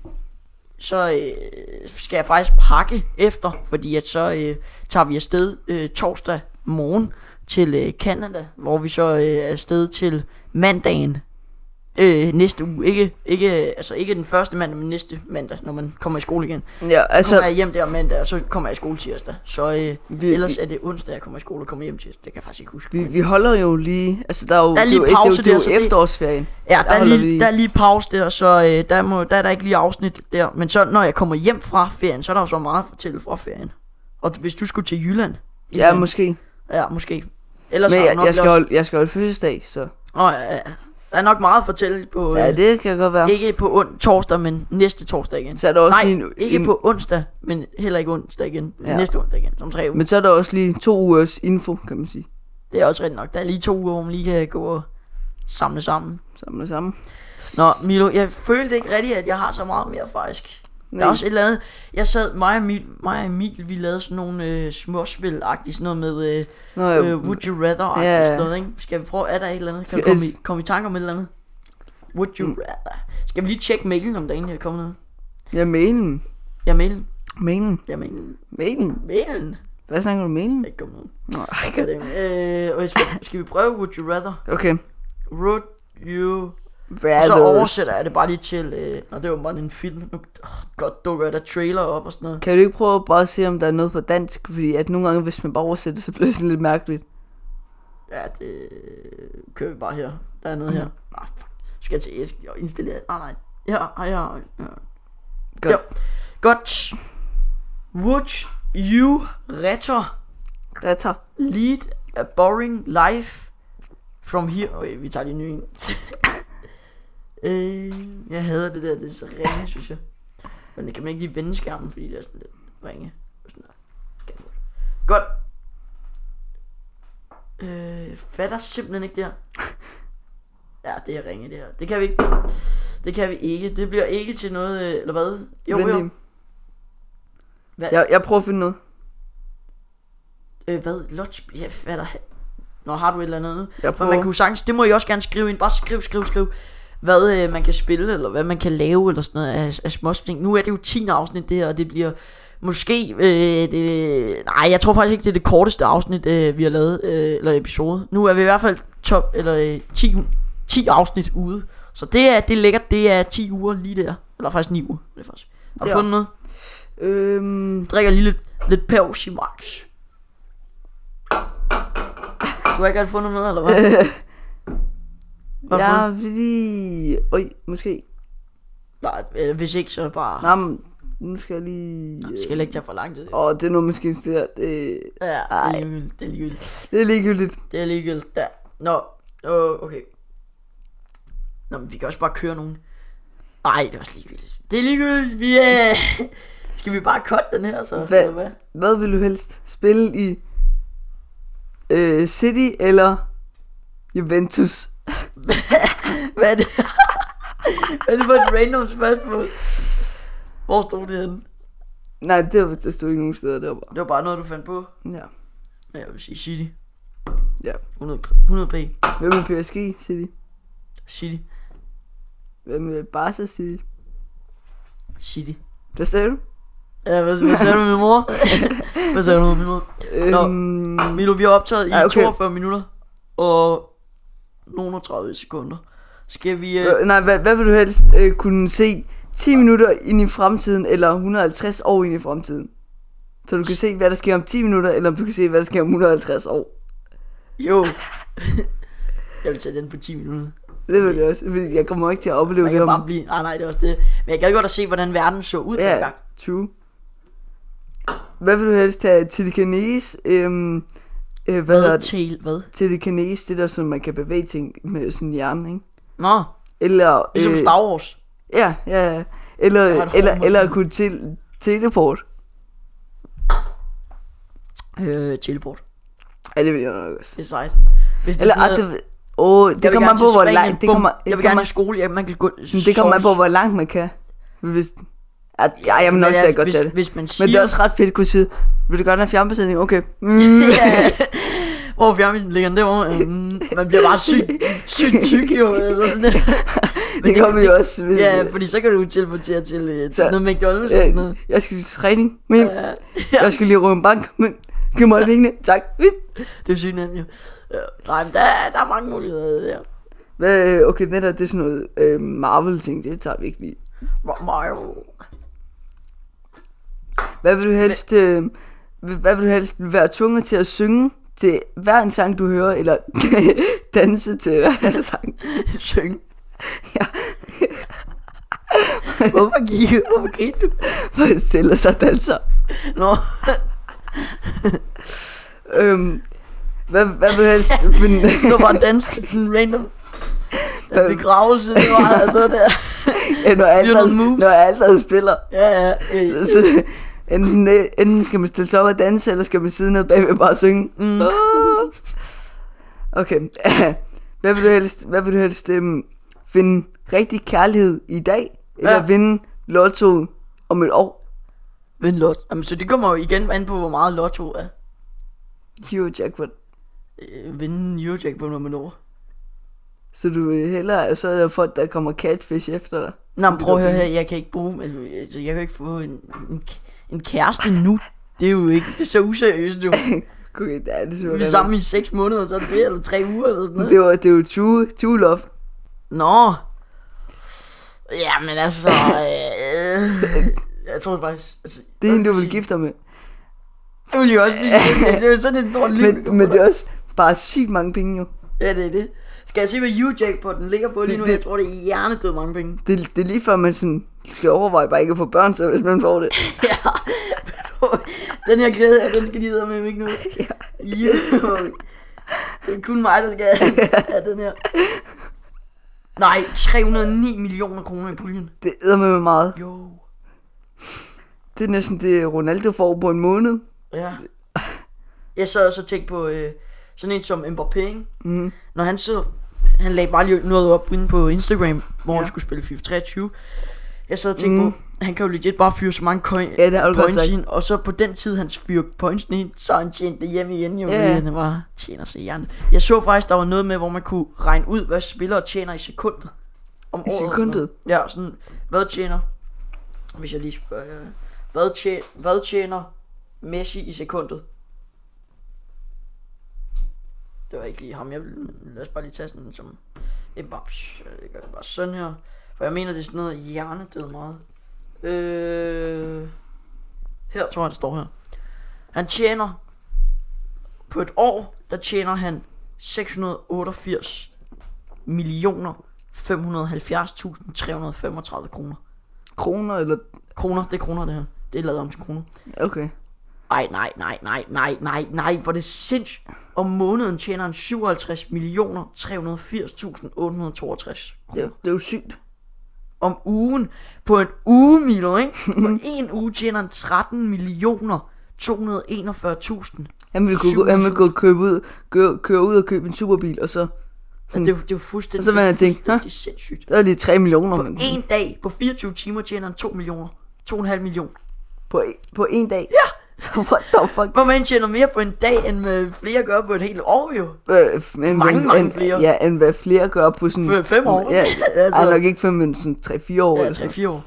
[SPEAKER 1] så øh, skal jeg faktisk pakke efter, fordi at så øh, tager vi afsted øh, torsdag morgen til øh, Canada, hvor vi så øh, er afsted til mandagen øh, næste uge. Ikke, ikke, altså ikke den første mandag, men næste mandag, når man kommer i skole igen.
[SPEAKER 2] Ja,
[SPEAKER 1] Så kommer
[SPEAKER 2] altså,
[SPEAKER 1] jeg hjem der mandag, og så kommer jeg i skole tirsdag. Så øh,
[SPEAKER 2] Vi-
[SPEAKER 1] vi, ellers er det onsdag, jeg kommer i skole og kommer hjem tirsdag. Det kan jeg faktisk ikke huske.
[SPEAKER 2] vi, vi holder jo lige, altså der er jo,
[SPEAKER 1] Der er lige
[SPEAKER 2] det, er jo,
[SPEAKER 1] pause
[SPEAKER 2] det er
[SPEAKER 1] der,
[SPEAKER 2] jo, det
[SPEAKER 1] så
[SPEAKER 2] er jo
[SPEAKER 1] det-
[SPEAKER 2] efterårsferien.
[SPEAKER 1] ja, der, er
[SPEAKER 2] holder
[SPEAKER 1] lige, der er lige pause der, så øh, der, må, der er der ikke lige afsnit der. Men så når jeg kommer hjem fra ferien, så er der jo så meget at fortælle fra ferien. Og hvis du skulle til Jylland. i
[SPEAKER 2] ja,
[SPEAKER 1] ferien-
[SPEAKER 2] måske.
[SPEAKER 1] Ja, måske. Ellers
[SPEAKER 2] Men
[SPEAKER 1] har du
[SPEAKER 2] jeg,
[SPEAKER 1] nok
[SPEAKER 2] jeg, skal
[SPEAKER 1] også-
[SPEAKER 2] holde, jeg skal holde fødselsdag, så
[SPEAKER 1] Åh, ja, ja. Der er nok meget at fortælle på...
[SPEAKER 2] ja,
[SPEAKER 1] Ja, det...
[SPEAKER 2] det kan godt være.
[SPEAKER 1] Ikke på on- torsdag, men næste torsdag igen.
[SPEAKER 2] Så er der også
[SPEAKER 1] Nej,
[SPEAKER 2] lige en,
[SPEAKER 1] ikke
[SPEAKER 2] en,
[SPEAKER 1] på onsdag, men heller ikke onsdag igen.
[SPEAKER 2] Ja.
[SPEAKER 1] Ja. Næste onsdag igen, om tre uger.
[SPEAKER 2] Men så er der også lige to ugers info, kan man sige.
[SPEAKER 1] Det er også rigtigt nok. Der er lige to uger, hvor man lige kan gå og samle sammen.
[SPEAKER 2] Sammen med sammen.
[SPEAKER 1] Nå, Milo, jeg følte ikke rigtigt, at jeg har så meget mere faktisk. Nej. Der er
[SPEAKER 2] Nej.
[SPEAKER 1] også et eller andet. Jeg sad, mig og Emil, mig og Emil vi lavede sådan nogle øh, småspil-agtigt, sådan noget med øh,
[SPEAKER 2] Nå,
[SPEAKER 1] øh,
[SPEAKER 2] jeg,
[SPEAKER 1] Would You Rather-agtigt
[SPEAKER 2] Ja.
[SPEAKER 1] sådan noget, ikke? Skal vi prøve, er der et eller andet? Kan vi
[SPEAKER 2] Skal- Mm.
[SPEAKER 1] komme i, komme i tanke om et eller andet? Would You Rather? Skal vi lige tjekke mailen, om der egentlig er kommet noget?
[SPEAKER 2] jeg mailen.
[SPEAKER 1] Ja, mailen.
[SPEAKER 2] Mailen.
[SPEAKER 1] Ja, mailen.
[SPEAKER 2] Mailen.
[SPEAKER 1] Mailen. Der
[SPEAKER 2] Hvad snakker du om mailen?
[SPEAKER 1] er ikke kommet noget.
[SPEAKER 2] Nå,
[SPEAKER 1] Ja, det er- Øh, okay, skal, skal vi prøve Would You Rather?
[SPEAKER 2] Okay.
[SPEAKER 1] Would You Og
[SPEAKER 2] Brothers.
[SPEAKER 1] så oversætter jeg det bare lige til, øh, når det er jo bare en film, nu oh, godt dukker der trailer op og sådan noget.
[SPEAKER 2] Kan du ikke prøve at bare se, om der er noget på dansk? Fordi at nogle gange, hvis man bare oversætter, det, så bliver det sådan lidt mærkeligt.
[SPEAKER 1] Ja, det kører vi bare her. Der er noget her. Ah, fuck. Skal jeg til Esk og installere? Ah, Nej, nej. Ja, ja, ja.
[SPEAKER 2] Godt.
[SPEAKER 1] Ja. Godt. Would you retter
[SPEAKER 2] Der tager.
[SPEAKER 1] lead a boring life from here? Okay, vi tager lige en ny en. øh, jeg hader det der, det er så ringe, synes jeg. Men det kan man ikke lige vende skærmen, fordi det er sådan lidt ringe. Sådan der. Skal jeg bruge det? Godt. Øh, jeg fatter simpelthen ikke det her. Ja, det er ringe det her. Det kan vi ikke. Det kan vi ikke. Det bliver ikke til noget, øh, eller hvad? Jo,
[SPEAKER 2] Vent
[SPEAKER 1] jo.
[SPEAKER 2] lige.
[SPEAKER 1] Hvad?
[SPEAKER 2] Jeg, jeg prøver at finde noget.
[SPEAKER 1] Øh, hvad? Lodge? Jeg fatter... Nå, har du et eller andet?
[SPEAKER 2] Jeg
[SPEAKER 1] For
[SPEAKER 2] prøver.
[SPEAKER 1] man kunne sagtens, det må I også gerne skrive ind. Bare skriv, skriv, skriv. Hvad øh, man kan spille, eller hvad man kan lave, eller sådan noget af, af småsting. Nu er det jo 10. afsnit det her, og det bliver måske... Øh, det, nej, jeg tror faktisk ikke, det er det korteste afsnit, øh, vi har lavet, øh, eller episode. Nu er vi i hvert fald top, eller, øh, 10, 10 afsnit ude. Så det er, det er lækkert, det er 10 uger lige der. Eller faktisk 9 uger, det er faktisk. Har du
[SPEAKER 2] Ja.
[SPEAKER 1] fundet noget?
[SPEAKER 2] Øhm,
[SPEAKER 1] drikker lige lidt, lidt Pepsi Max. Du har ikke alt fundet noget, eller hvad? Hvorfor?
[SPEAKER 2] ja, fordi... Øj, måske.
[SPEAKER 1] Nej, øh, hvis ikke, så bare... Nej,
[SPEAKER 2] Nej, men nu skal jeg lige...
[SPEAKER 1] det skal heller ikke tage for lang tid.
[SPEAKER 2] Åh, det er noget, man skal investere. Det,
[SPEAKER 1] Ja, det er ligegyldigt. Det er ligegyldigt.
[SPEAKER 2] det er ligegyldigt.
[SPEAKER 1] Det er ligegyldigt. Der. Nå, øh, okay. Nå, men vi kan også bare køre nogen. Nej, det er også ligegyldigt. Det er ligegyldigt. Vi er... skal vi bare cutte den her, så?
[SPEAKER 2] Hvad,
[SPEAKER 1] eller hvad?
[SPEAKER 2] hvad vil du helst? Spille i øh, City eller Juventus?
[SPEAKER 1] Hvad er det? Hvad er det for et random spørgsmål? Hvor stod det henne?
[SPEAKER 2] Nej, det, var- der stod ikke nogen steder der bare.
[SPEAKER 1] Det var bare noget, du fandt på.
[SPEAKER 2] Ja.
[SPEAKER 1] Ja, jeg vil sige City.
[SPEAKER 2] ja.
[SPEAKER 1] 100, 100 p.
[SPEAKER 2] Hvem er PSG City?
[SPEAKER 1] City.
[SPEAKER 2] Hvem er Barca City?
[SPEAKER 1] City.
[SPEAKER 2] Hvad sagde du?
[SPEAKER 1] Ja, hvad, hvad sagde du min mor? hvad sagde du min mor? Nå.
[SPEAKER 2] Øhm,
[SPEAKER 1] Milo, vi har optaget i
[SPEAKER 2] Ja,
[SPEAKER 1] ja,
[SPEAKER 2] okay.
[SPEAKER 1] okay. 42 minutter og nogle 30 sekunder. Skal vi... Øh,
[SPEAKER 2] øh, nej, hvad, hvad vil du helst øh, kunne se 10 minutter ind i fremtiden, eller 150 år ind i fremtiden? Så du kan se, hvad der sker om 10 minutter, eller om du kan se, hvad der sker om 150 år.
[SPEAKER 1] jo. jeg vil tage den på 10 minutter.
[SPEAKER 2] Det vil jeg også, fordi jeg kommer ikke til at opleve
[SPEAKER 1] Man
[SPEAKER 2] det
[SPEAKER 1] kan
[SPEAKER 2] om...
[SPEAKER 1] bare blive... Nej, nej, det er også det. Men jeg gad godt at se, hvordan verden så ud yeah.
[SPEAKER 2] Ja,
[SPEAKER 1] dengang.
[SPEAKER 2] true. Hvad vil du helst have? Telekinese? Øhm, øh, hvad hedder
[SPEAKER 1] Hvad?
[SPEAKER 2] det?
[SPEAKER 1] Til, hvad?
[SPEAKER 2] Telekinese, det der, som man kan bevæge ting med sådan hjernen, ikke?
[SPEAKER 1] Nå,
[SPEAKER 2] Eller...
[SPEAKER 1] ligesom øh, Star Wars.
[SPEAKER 2] Ja, ja, ja. Eller,
[SPEAKER 1] har et hår
[SPEAKER 2] eller,
[SPEAKER 1] mod
[SPEAKER 2] eller
[SPEAKER 1] den.
[SPEAKER 2] at kunne til, teleport.
[SPEAKER 1] Øh, teleport.
[SPEAKER 2] Ja, det vil jeg nok også.
[SPEAKER 1] Det er sejt. Hvis det
[SPEAKER 2] Eller,
[SPEAKER 1] er sådan
[SPEAKER 2] ah,
[SPEAKER 1] noget-
[SPEAKER 2] det, åh, det
[SPEAKER 1] Jeg vil
[SPEAKER 2] kommer an
[SPEAKER 1] gerne
[SPEAKER 2] på,
[SPEAKER 1] til
[SPEAKER 2] hvor
[SPEAKER 1] Spanien.
[SPEAKER 2] langt, det
[SPEAKER 1] Bum.
[SPEAKER 2] kommer,
[SPEAKER 1] Jeg
[SPEAKER 2] det
[SPEAKER 1] vil gerne
[SPEAKER 2] kommer,
[SPEAKER 1] i skole. Jeg, man kan gå...
[SPEAKER 2] det kommer an på,
[SPEAKER 1] sovs.
[SPEAKER 2] hvor langt man kan. Hvis, at, ja, jeg vil
[SPEAKER 1] Men
[SPEAKER 2] nok
[SPEAKER 1] ja,
[SPEAKER 2] sige, at jeg godt
[SPEAKER 1] hvis,
[SPEAKER 2] tage det.
[SPEAKER 1] Hvis man siger...
[SPEAKER 2] Men det er også ret fedt at kunne sige, vil du godt have fjernbesætning? Okay. Mm.
[SPEAKER 1] Hvor fjernbisen ligger, det var, øh, man bliver bare sygt syg tyk jo. Altså sådan, men
[SPEAKER 2] det kommer jo også. ved-
[SPEAKER 1] Ja, fordi så kan du teleportere til, øh, til
[SPEAKER 2] Så-
[SPEAKER 1] noget McDonald's og
[SPEAKER 2] Ja,
[SPEAKER 1] sådan noget.
[SPEAKER 2] jeg skal til træning, men
[SPEAKER 1] Ja,
[SPEAKER 2] jeg skal lige røve en bank, men giv mig pengene, tak. Vip.
[SPEAKER 1] det er sygt nemt jo. Ja, nej, men der, er- der er mange muligheder der.
[SPEAKER 2] Hvad, øh, okay, det der, det er sådan noget øh, Marvel-ting, det tager vi ikke lige.
[SPEAKER 1] Hvor Mario.
[SPEAKER 2] Hvad vil du helst, øh, hvad vil du helst være tvunget til at synge til hver en sang, du hører, eller danse til hver en sang?
[SPEAKER 1] Synge. Ja. Hvorfor gik du? Hvorfor gik du?
[SPEAKER 2] For stille sig danser.
[SPEAKER 1] Nå,
[SPEAKER 2] Øhm, hvad, hvad vil du helst finde,
[SPEAKER 1] du var bare danset til sådan en random der begravelse. Det var altså det der.
[SPEAKER 2] ja, når alt
[SPEAKER 1] Lionel Moves.
[SPEAKER 2] når alt der spiller?
[SPEAKER 1] Ja, ja. Øh,
[SPEAKER 2] Så, så, enten, øh, enten skal man stille sig op og danse, eller skal man sidde ned bagved og bare synge. Mm. Okay. Hvad vil du helst, hvad vil du helst øhm, finde rigtig kærlighed i dag, eller
[SPEAKER 1] Ja.
[SPEAKER 2] vinde lotto om et år?
[SPEAKER 1] Ved en lot. Jamen, så det kommer jo igen an på, hvor meget lotto er.
[SPEAKER 2] Hero jackpot.
[SPEAKER 1] Øh, vinde Eurojack på nummer over.
[SPEAKER 2] Så du vil hellere, så er der folk, der kommer catfish efter dig.
[SPEAKER 1] Nå, men prøv at høre her, jeg kan ikke bruge, altså, altså, jeg kan ikke få en, en, en kæreste nu. Det er jo ikke, det er så useriøst jo.
[SPEAKER 2] Okay, det er det
[SPEAKER 1] Vi er sammen i 6 måneder, så er det, eller 3 uger eller sådan noget.
[SPEAKER 2] Det var, det var true, true love.
[SPEAKER 1] Nå. Ja, men altså, øh, jeg tror faktisk, altså,
[SPEAKER 2] Det er en, du vil gifte dig med.
[SPEAKER 1] Det vil jeg også sige, det, det, det er jo sådan et stort liv.
[SPEAKER 2] Men, men det er også bare sygt mange penge jo.
[SPEAKER 1] Ja, det er det. Skal jeg se, hvad Eurojack på den ligger på lige nu?
[SPEAKER 2] Det- det-
[SPEAKER 1] Jeg tror, det er hjernedød mange penge.
[SPEAKER 2] Det, det er lige før, man sådan skal overveje bare ikke at få børn, så hvis man får det.
[SPEAKER 1] Ja. den her glæde her, den skal de med ikke nu. Jo. Det er kun mig, der skal have den her. Nej, 309 millioner kroner i puljen.
[SPEAKER 2] Det æder med meget.
[SPEAKER 1] Jo.
[SPEAKER 2] Det er næsten det, Ronaldo får på en måned.
[SPEAKER 1] Ja. Jeg sad også og tænkte på øh, sådan en som Mbappé, ikke? Mm. Når han sidder, han lagde bare lige noget op inde på Instagram, hvor ja. han skulle spille FIFA 23. Jeg sad og tænkte mm. på, han kan jo legit bare fyre så mange coin,
[SPEAKER 2] Ja, det har du godt
[SPEAKER 1] points
[SPEAKER 2] sagt.
[SPEAKER 1] ind, og så på den tid, han fyrer points ind, så har han tjent det hjem igen, jo,
[SPEAKER 2] Ja.
[SPEAKER 1] yeah. han bare tjener sig hjernet. Jeg så faktisk, der var noget med, hvor man kunne regne ud, hvad spillere tjener i sekundet. Om
[SPEAKER 2] I
[SPEAKER 1] året og sådan
[SPEAKER 2] sekundet?
[SPEAKER 1] noget. Ja, sådan, hvad tjener, hvis jeg lige spørger, øh, hvad, tjener, hvad tjener Messi i sekundet? Det var ikke lige ham. Jeg vil, lad os bare lige tage sådan en som en babs. Jeg gør det bare sådan her. For jeg mener, det er sådan noget hjernedød meget. Øh, her tror jeg, han står her. Han tjener på et år, der tjener han 688 millioner 570.335 kroner.
[SPEAKER 2] Kroner eller...
[SPEAKER 1] Kroner, det er kroner det her. Det er lavet om til kroner.
[SPEAKER 2] Okay.
[SPEAKER 1] Ej, nej, nej, nej, nej, nej, nej, hvor er det sindssygt. Om måneden tjener han 57 millioner 380.862.
[SPEAKER 2] Det, det er jo sygt.
[SPEAKER 1] Om ugen, på en uge, Milo, ikke? På en uge tjener han 13 millioner 241.000.
[SPEAKER 2] Han ville gå, han ville gå købe ud, køre, køre ud og købe en superbil, og så...
[SPEAKER 1] Altså, det, er jo- det er jo fuldstændig...
[SPEAKER 2] Og så vil jeg tænke,
[SPEAKER 1] det er
[SPEAKER 2] "Hå?"
[SPEAKER 1] fuldstændig sindssygt.
[SPEAKER 2] Der er lige 3 millioner, men...
[SPEAKER 1] En dag på 24 timer tjener han 2 millioner. 2,5 millioner.
[SPEAKER 2] På, én- på en dag? Ja! What the fuck?
[SPEAKER 1] Hvor man tjener mere på en dag, end med flere gør på et helt år, jo.
[SPEAKER 2] Øh, f- men,
[SPEAKER 1] Mange,
[SPEAKER 2] men-
[SPEAKER 1] mange
[SPEAKER 2] end-
[SPEAKER 1] flere.
[SPEAKER 2] Ja, end hvad flere gør på sådan...
[SPEAKER 1] Fem- fem år.
[SPEAKER 2] Ja, altså,
[SPEAKER 1] Altså-
[SPEAKER 2] ej, nok ikke fem, men sådan 3-4 år.
[SPEAKER 1] Ja,
[SPEAKER 2] eller sådan.
[SPEAKER 1] 3-4 år.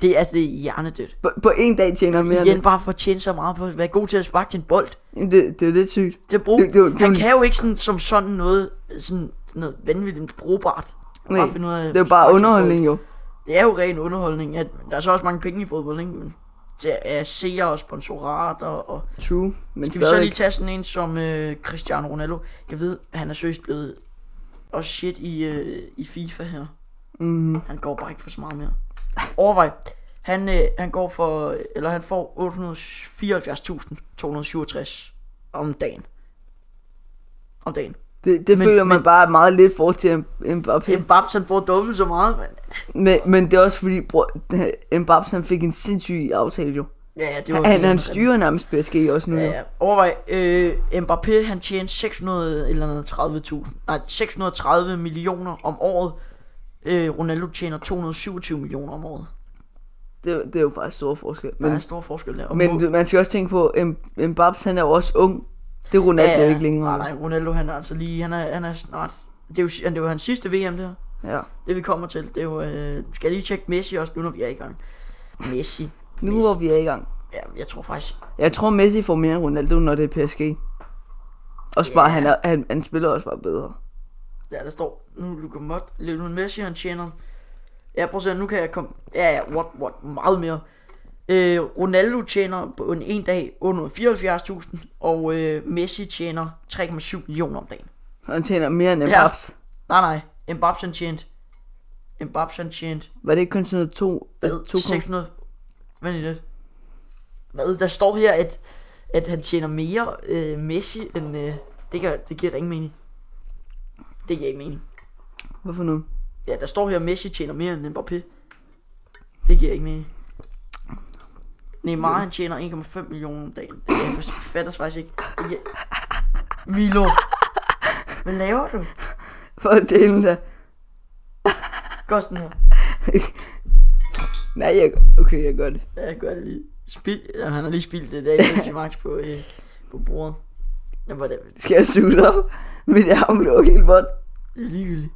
[SPEAKER 1] Det er altså det er hjernedødt.
[SPEAKER 2] På, på en dag tjener han mere end
[SPEAKER 1] igen bare for at tjene så meget på at være god til at sparke til en bold.
[SPEAKER 2] det. det. Det er lidt sygt.
[SPEAKER 1] Til at bruge.
[SPEAKER 2] Det- det er jo- det er
[SPEAKER 1] han
[SPEAKER 2] jo-
[SPEAKER 1] kan jo ikke sådan, som sådan noget, sådan noget vanvittigt brugbart.
[SPEAKER 2] Nej,
[SPEAKER 1] Bare finde ud af-
[SPEAKER 2] det er jo bare
[SPEAKER 1] sparke til en
[SPEAKER 2] underholdning
[SPEAKER 1] bold.
[SPEAKER 2] jo.
[SPEAKER 1] Det er jo ren underholdning. Ja, der er så også mange penge i fodbold, ikke? Men til at se og sponsorater og...
[SPEAKER 2] True, men
[SPEAKER 1] Skal vi så
[SPEAKER 2] stadig.
[SPEAKER 1] lige tage sådan en som øh, Cristiano Ronaldo? Jeg ved, han er seriøst blevet og shit i, øh, i FIFA her. Mm. Han går bare ikke for så meget mere. Overvej. Han, øh, han går for, eller han får 874.267 om dagen. Om dagen.
[SPEAKER 2] Det, det
[SPEAKER 1] Men-
[SPEAKER 2] føler man
[SPEAKER 1] men-
[SPEAKER 2] bare er meget lidt for til Mbappé.
[SPEAKER 1] Mbappé, han får dobbelt så meget, men...
[SPEAKER 2] Men, men det er også fordi, bror, Mbappé han fik en sindssyg aftale jo.
[SPEAKER 1] Ja, det var
[SPEAKER 2] Han,
[SPEAKER 1] det,
[SPEAKER 2] han styrer nærmest PSG også nu.
[SPEAKER 1] Ja,
[SPEAKER 2] jo.
[SPEAKER 1] ja. Overvej, øh, Mbappé han tjente 600 eller noget 30.000, nej 630 millioner om året. Øh, Ronaldo tjener 227 millioner om året.
[SPEAKER 2] Det, det er jo faktisk stor forskel.
[SPEAKER 1] Der
[SPEAKER 2] Men,
[SPEAKER 1] er stor forskel der. Og
[SPEAKER 2] men du- man skal også tænke på, M- Mbappé han er jo også ung. Det er Ronaldo ja, ikke længere.
[SPEAKER 1] Nej, nej, Ronaldo han er altså lige, han er, han er snart, det er jo, han- det var hans sidste VM der.
[SPEAKER 2] Ja.
[SPEAKER 1] Det vi kommer til, det er jo, øh, skal jeg lige tjekke Messi også nu, når vi er i gang. Messi.
[SPEAKER 2] Nu
[SPEAKER 1] Messi.
[SPEAKER 2] hvor vi er i gang.
[SPEAKER 1] Ja, jeg tror faktisk,
[SPEAKER 2] Jeg tror, Messi får mere end Ronaldo, når det er PSG. Også bare, han, er, han, han spiller også bare bedre.
[SPEAKER 1] Ja, der står, nu Luka Mott, Lionel Messi, han tjener. Ja, prøv at se, nu kan jeg komme. Ja, ja, what, what, meget mere. Øh, Ronaldo tjener på en, en dag under 74.000, og øh, Messi tjener 3,7 millioner om dagen.
[SPEAKER 2] Han tjener mere end Mbappé. Ja.
[SPEAKER 1] Nej, nej, Mbappé han tjente. Mbappé han tjente
[SPEAKER 2] Var det ikke kun sådan noget to...
[SPEAKER 1] hvad,
[SPEAKER 2] to
[SPEAKER 1] 600... Vent lige lidt. Hvad, der står her, at, at han tjener mere øh, Messi end... Øh, det, gør, det giver da ingen mening. Det giver ikke mening.
[SPEAKER 2] Hvorfor nu?
[SPEAKER 1] Ja, der står her, Messi tjener mere end Mbappé. Det giver ikke mening. Neymar, han tjener 1,5 millioner om dagen. Jeg fatter faktisk ikke. Det giver... Milo. Hvad laver du?
[SPEAKER 2] For at dele det.
[SPEAKER 1] Gør sådan her.
[SPEAKER 2] Nej, jeg, okay, jeg gør det.
[SPEAKER 1] Ja, jeg gør det lige. Spil, ja, han har lige spildt det der Pepsi Max på, øh, på bordet. Ja, hvor er det
[SPEAKER 2] Skal jeg suge det op? Mit arm blev helt vådt.
[SPEAKER 1] det er ligegyldigt.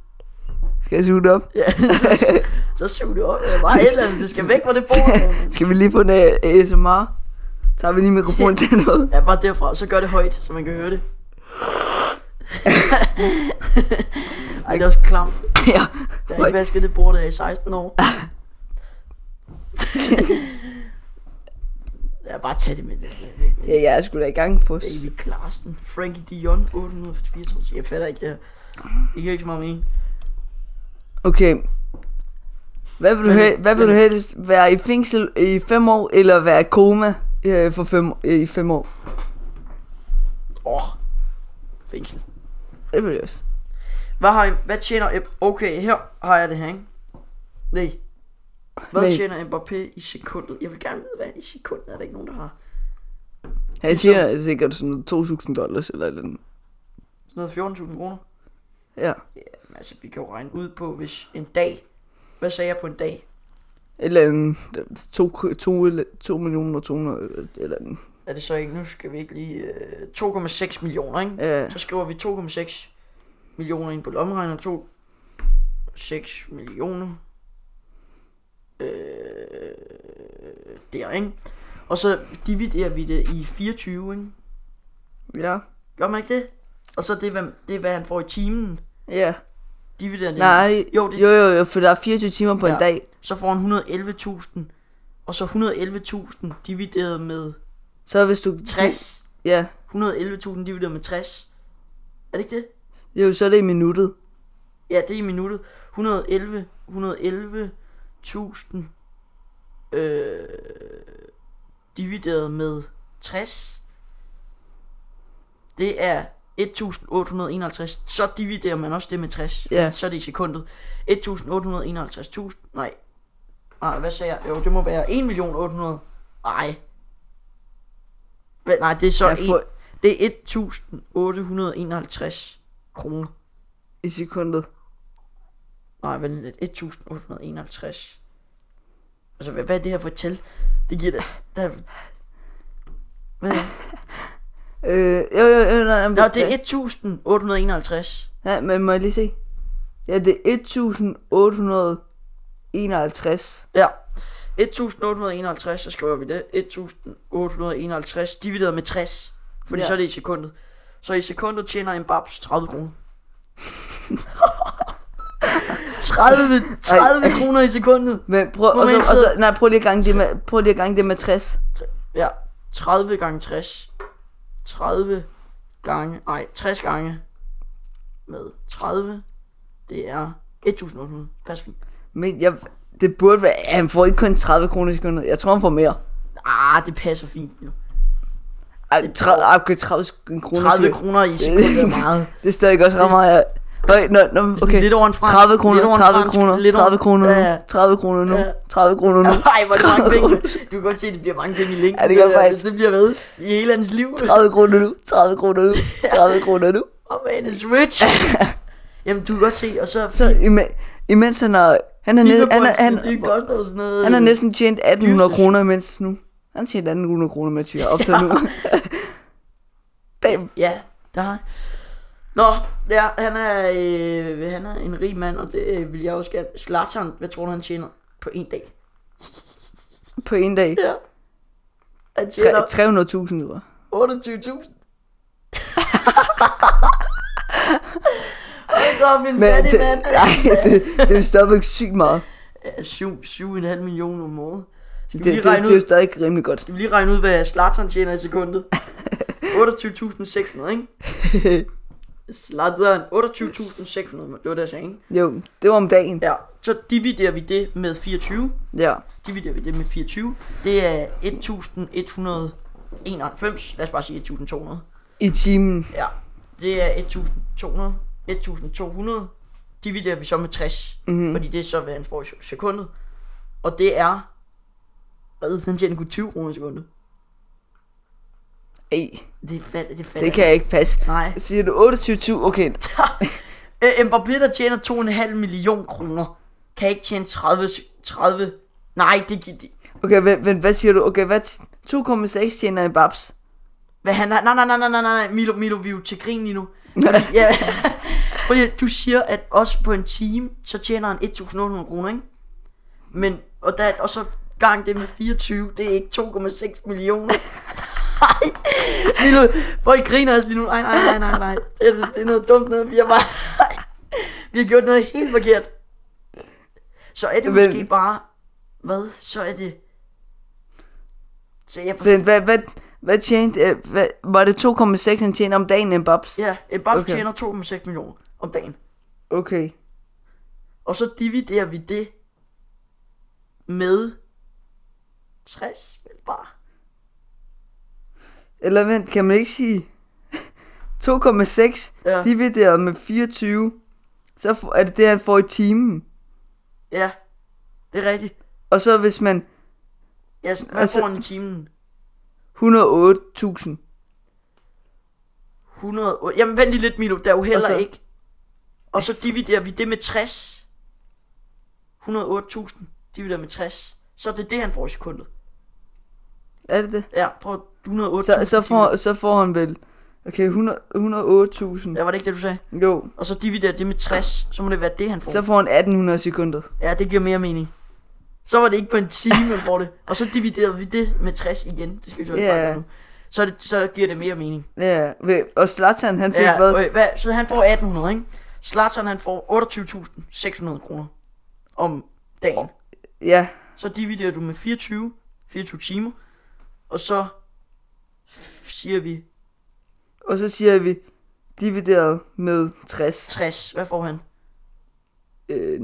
[SPEAKER 2] Skal jeg suge det op?
[SPEAKER 1] Ja, så, så sug det op. Det er bare et eller andet. Det skal væk fra det bord. mand.
[SPEAKER 2] Skal vi lige på en øh, ASMR? Tager vi lige mikrofonen til noget?
[SPEAKER 1] Ja, bare derfra. Så gør det højt, så man kan høre det. Ej, det er også klamt.
[SPEAKER 2] ja.
[SPEAKER 1] Jeg har ikke vasket det bord der i 16 år. ja, bare tag det med det.
[SPEAKER 2] ja, jeg er sgu da i gang på... s-
[SPEAKER 1] Baby Clarsten, Frankie Dion, 864. Jeg fatter ikke det her. Det giver ikke så meget mening.
[SPEAKER 2] Okay. Hvad vil du,
[SPEAKER 1] Men-
[SPEAKER 2] hel- hvad vil du
[SPEAKER 1] men-
[SPEAKER 2] helst være i fængsel i 5 år, eller være i koma øh, for fem, øh, i 5 år?
[SPEAKER 1] Åh, oh, fængsel.
[SPEAKER 2] Det vil jeg også.
[SPEAKER 1] Hvad har I, hvad tjener, Mb- okay, her har jeg det her, ikke? Nej. Hvad
[SPEAKER 2] Nej.
[SPEAKER 1] tjener Mbappé i sekundet? Jeg vil gerne vide, hvad i sekundet er der ikke nogen, der har.
[SPEAKER 2] Han tjener sikkert sådan noget 2.000 dollars eller et eller andet.
[SPEAKER 1] Sådan noget 14.000 kroner.
[SPEAKER 2] Ja.
[SPEAKER 1] Jamen, altså, vi kan jo regne ud på, hvis en dag, hvad sagde jeg på en dag?
[SPEAKER 2] Et eller andet, 2, 2, 2 millioner 200 eller et eller andet.
[SPEAKER 1] Er det så ikke, nu skal vi ikke lige, øh, 2,6 millioner, ikke?
[SPEAKER 2] Ja.
[SPEAKER 1] Så skriver vi 2,6 millioner ind på lommeregner. 2, 6 millioner. Øh, der, ikke? Og så dividerer vi det i 24, ikke?
[SPEAKER 2] Ja.
[SPEAKER 1] Gør man ikke det? Og så det, hvem, det er, hvad han får i timen.
[SPEAKER 2] Ja.
[SPEAKER 1] Dividerer det. i-
[SPEAKER 2] Nej.
[SPEAKER 1] Jo, det,
[SPEAKER 2] Jo, jo, jo, for der er 24 timer på
[SPEAKER 1] Ja.
[SPEAKER 2] en dag.
[SPEAKER 1] så får han 111.000. Og så 111.000 divideret med
[SPEAKER 2] Så hvis du...
[SPEAKER 1] 60.
[SPEAKER 2] Ja.
[SPEAKER 1] 111.000 divideret med 60. Er det ikke det?
[SPEAKER 2] Jo, så er det i minuttet.
[SPEAKER 1] Ja, det er i minuttet. 111, 111 1000 øh, divideret med 60. Det er 1851. Så dividerer man også det med 60.
[SPEAKER 2] Ja.
[SPEAKER 1] Så er det i sekundet. 1851.000. Nej. Nej, hvad sagde jeg? Jo, det må være 1 million 800. Nej. Hvad- Nej, det er så
[SPEAKER 2] Jeg får-
[SPEAKER 1] en, det er 1851 kroner.
[SPEAKER 2] I sekundet.
[SPEAKER 1] Nej, vent lidt. 1851. Altså, hvad, hvad er det her for et tal? Det giver det. Der... Hvad?
[SPEAKER 2] Øh, jo, jo, jo, nej, nej,
[SPEAKER 1] Nå, det er 1851.
[SPEAKER 2] Ja, men må jeg lige se? Ja, det er 1851.
[SPEAKER 1] Ja. 1851, så skriver vi det. 1851 divideret med 60. Fordi
[SPEAKER 2] Ja.
[SPEAKER 1] så er det i sekundet. Så i sekundet tjener en babs 30 kroner. 30, 30 kroner i sekundet.
[SPEAKER 2] Men prøv, og så, og så, nej, prøv lige at gange det med, prøv lige at gange det med 60.
[SPEAKER 1] Ja, 30 gange 60. 30 gange, nej, 60 gange med 30. Det er 1800. Pas fint.
[SPEAKER 2] Men jeg, det burde være, ja, han får ikke kun 30 kroner i sekundet. Jeg tror, han får mere.
[SPEAKER 1] Ah, det passer fint nu.
[SPEAKER 2] Ej, 30, okay, 30 kroner.
[SPEAKER 1] 30
[SPEAKER 2] siger-
[SPEAKER 1] kroner i sekundet er meget.
[SPEAKER 2] Det er stadig også rammer jeg. Okay, nå, nå, okay.
[SPEAKER 1] lidt over en fransk-
[SPEAKER 2] 30 kroner,
[SPEAKER 1] lidt over en
[SPEAKER 2] 30
[SPEAKER 1] fransk,
[SPEAKER 2] kroner,
[SPEAKER 1] lidt over-
[SPEAKER 2] 30 kroner
[SPEAKER 1] Ja, ja.
[SPEAKER 2] nu, 30 kroner nu,
[SPEAKER 1] Ja.
[SPEAKER 2] 30 kroner nu,
[SPEAKER 1] Nej, hvor er det mange
[SPEAKER 2] 30
[SPEAKER 1] penge.
[SPEAKER 2] kroner.
[SPEAKER 1] Du kan godt se, at det bliver mange penge i længden.
[SPEAKER 2] Ja, det gør
[SPEAKER 1] der.
[SPEAKER 2] faktisk.
[SPEAKER 1] Det bliver ved i hele hans liv.
[SPEAKER 2] 30 kroner nu, 30 kroner nu, 30 kroner nu.
[SPEAKER 1] Oh man is rich. Jamen, du kan godt se, og så...
[SPEAKER 2] Så ima- imens han er, han er, nede, han, er, han,
[SPEAKER 1] det koster jo sådan noget...
[SPEAKER 2] han har næsten tjent 1800
[SPEAKER 1] Dyrtes.
[SPEAKER 2] kroner mens nu. Han har tjent 1800 kroner, mens vi har optaget nu. Damn.
[SPEAKER 1] Ja, der har han. Nå, ja, han er, øh, han er en rig mand, og det øh, vil jeg også gerne. Zlatan, hvad tror du, han tjener på en dag?
[SPEAKER 2] På en dag.
[SPEAKER 1] Ja. Han
[SPEAKER 2] Tre-
[SPEAKER 1] tjener
[SPEAKER 2] 300.000 euro.
[SPEAKER 1] 28.000. Hold da op, en
[SPEAKER 2] Men
[SPEAKER 1] fattig
[SPEAKER 2] det,
[SPEAKER 1] mand.
[SPEAKER 2] nej, det, det er stadigvæk sygt meget.
[SPEAKER 1] Ja, syv- syv en halv millioner om året. Skal vi
[SPEAKER 2] Det, det,
[SPEAKER 1] lige
[SPEAKER 2] det,
[SPEAKER 1] regne
[SPEAKER 2] det er
[SPEAKER 1] ud,
[SPEAKER 2] stadig rimelig godt.
[SPEAKER 1] skal vi lige regne ud hvad Zlatan tjener i sekundet? 28.600, ikke? Zlatan, 28.600, det var det, jeg sagde, ikke?
[SPEAKER 2] Jo, det var om dagen.
[SPEAKER 1] Ja, så dividerer vi det med 24.
[SPEAKER 2] Ja.
[SPEAKER 1] Dividerer vi det med 24. Det er 1191. Lad os bare sige 1200.
[SPEAKER 2] I timen.
[SPEAKER 1] Ja, det er 1200. 1200. Dividerer vi så med 60.
[SPEAKER 2] Mhm.
[SPEAKER 1] Mm-hmm. Fordi det er så, hvad han får i se- sekundet. Og det er... Hvad? Han tjener kun 20 kroner i sekundet.
[SPEAKER 2] Ej,
[SPEAKER 1] Det er fat, det er fat.
[SPEAKER 2] det kan jeg ikke passe.
[SPEAKER 1] Nej.
[SPEAKER 2] Siger du 28.000? Okay.
[SPEAKER 1] Øh, Mbappé, der tjener 2,5 million kroner, kan ikke tjene 30... s- 30 nej, det giver... det-
[SPEAKER 2] Okay, vent, vent, hvad siger du? Okay, hvad t- 2,6 tjener i babs?
[SPEAKER 1] Hvad han har... Nej, nej, nej, nej, nej, nej, Milo, Milo, vi er jo til grin lige nu. Fordi- ja, fordi du siger, at også på en time, så tjener han 1.800 kroner, ikke? Men, og, der, og så gang det med 24, det er ikke 2,6 millioner. Nej, Milo, folk griner også lige nu. Nej, nej, nej, nej, nej. Det, er- det er noget dumt noget, vi har bare... vi har gjort noget helt forkert. Så er det
[SPEAKER 2] Men-
[SPEAKER 1] måske bare... Hvad? Så er det... Så jeg forstår...
[SPEAKER 2] Vent, hvad, hvad, hvad tjente... øh, Hvad, var det 2,6 han tjener om dagen i babs?
[SPEAKER 1] Ja, Mbappé
[SPEAKER 2] Okay.
[SPEAKER 1] okay. tjener 2,6 millioner om dagen.
[SPEAKER 2] Okay.
[SPEAKER 1] Og så dividerer vi det med 60, vel bare.
[SPEAKER 2] Eller vent, kan man ikke sige 2,6 ja.
[SPEAKER 1] Ja.
[SPEAKER 2] divideret med 24, øh, så f- er det det, han får i timen.
[SPEAKER 1] Ja, det er rigtigt.
[SPEAKER 2] Og så hvis man
[SPEAKER 1] Ja, så- hvad
[SPEAKER 2] Altså-
[SPEAKER 1] altså... får han i timen?
[SPEAKER 2] 108.000.
[SPEAKER 1] 100... Jamen vent lige lidt, Milo, der er jo heller
[SPEAKER 2] Og så-
[SPEAKER 1] så... ikke. Og så dividerer vi det med 60. 108.000 divideret med 60. Så er det det, han får i sekundet.
[SPEAKER 2] Er det det?
[SPEAKER 1] Ja, prøv at- 108.000.
[SPEAKER 2] Så, så,
[SPEAKER 1] divideret-
[SPEAKER 2] får, så får han vel... Okay, 100 108.000.
[SPEAKER 1] Ja, var det ikke det, du sagde?
[SPEAKER 2] Jo,
[SPEAKER 1] Og så dividerer det med 60, så må det være det, han får.
[SPEAKER 2] så får han 1800 sekunder.
[SPEAKER 1] Ja, det giver mere mening. Så var det ikke på en time, man får det. Og så dividerede vi det med 60 igen. Det skal vi så ikke
[SPEAKER 2] Ja.
[SPEAKER 1] yeah. nu. Så, er det, så giver det mere mening.
[SPEAKER 2] Ja, ved- og Zlatan, han fik ja,
[SPEAKER 1] Ja,
[SPEAKER 2] hvad?
[SPEAKER 1] okay, hvad, så han får 1800, ikke? Slatern han får 28.600 kroner om dagen.
[SPEAKER 2] Ja,
[SPEAKER 1] Så dividerer du med 24, 24 timer. Og så f- siger vi
[SPEAKER 2] og så siger vi divideret med 60.
[SPEAKER 1] 60. Hvad får han?
[SPEAKER 2] Øh,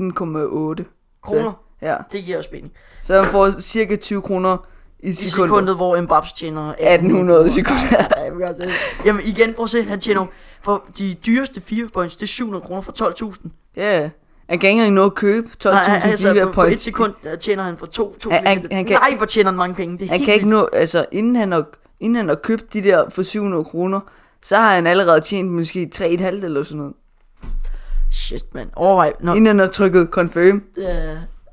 [SPEAKER 2] 19,8.
[SPEAKER 1] Kroner.
[SPEAKER 2] Ja,
[SPEAKER 1] Det giver også mening.
[SPEAKER 2] så han får cirka 20 kroner i
[SPEAKER 1] I
[SPEAKER 2] sekundet.
[SPEAKER 1] sekundet, hvor Mbappé tjener
[SPEAKER 2] 1800 sekunder.
[SPEAKER 1] Jamen igen, prøv at se, han tjener jo- for de dyreste 4 points, det er 700 kroner for 12.000.
[SPEAKER 2] Ja, yeah. han kan ikke engang nå at købe 12.000
[SPEAKER 1] Nej, altså
[SPEAKER 2] Viva
[SPEAKER 1] på, på et
[SPEAKER 2] points.
[SPEAKER 1] sekund der tjener han for to, to han,
[SPEAKER 2] Han- han-
[SPEAKER 1] han,
[SPEAKER 2] han kan-
[SPEAKER 1] Nej, hvor tjener han mange penge. Det er
[SPEAKER 2] Han
[SPEAKER 1] helt
[SPEAKER 2] kan ikke
[SPEAKER 1] vildt.
[SPEAKER 2] nå, altså inden han, har, inden han har købt de der for 700 kroner, så har han allerede tjent måske 3,5 eller sådan noget.
[SPEAKER 1] Shit, mand. Overvej. Når,
[SPEAKER 2] Inden han har trykket confirm.
[SPEAKER 1] øh,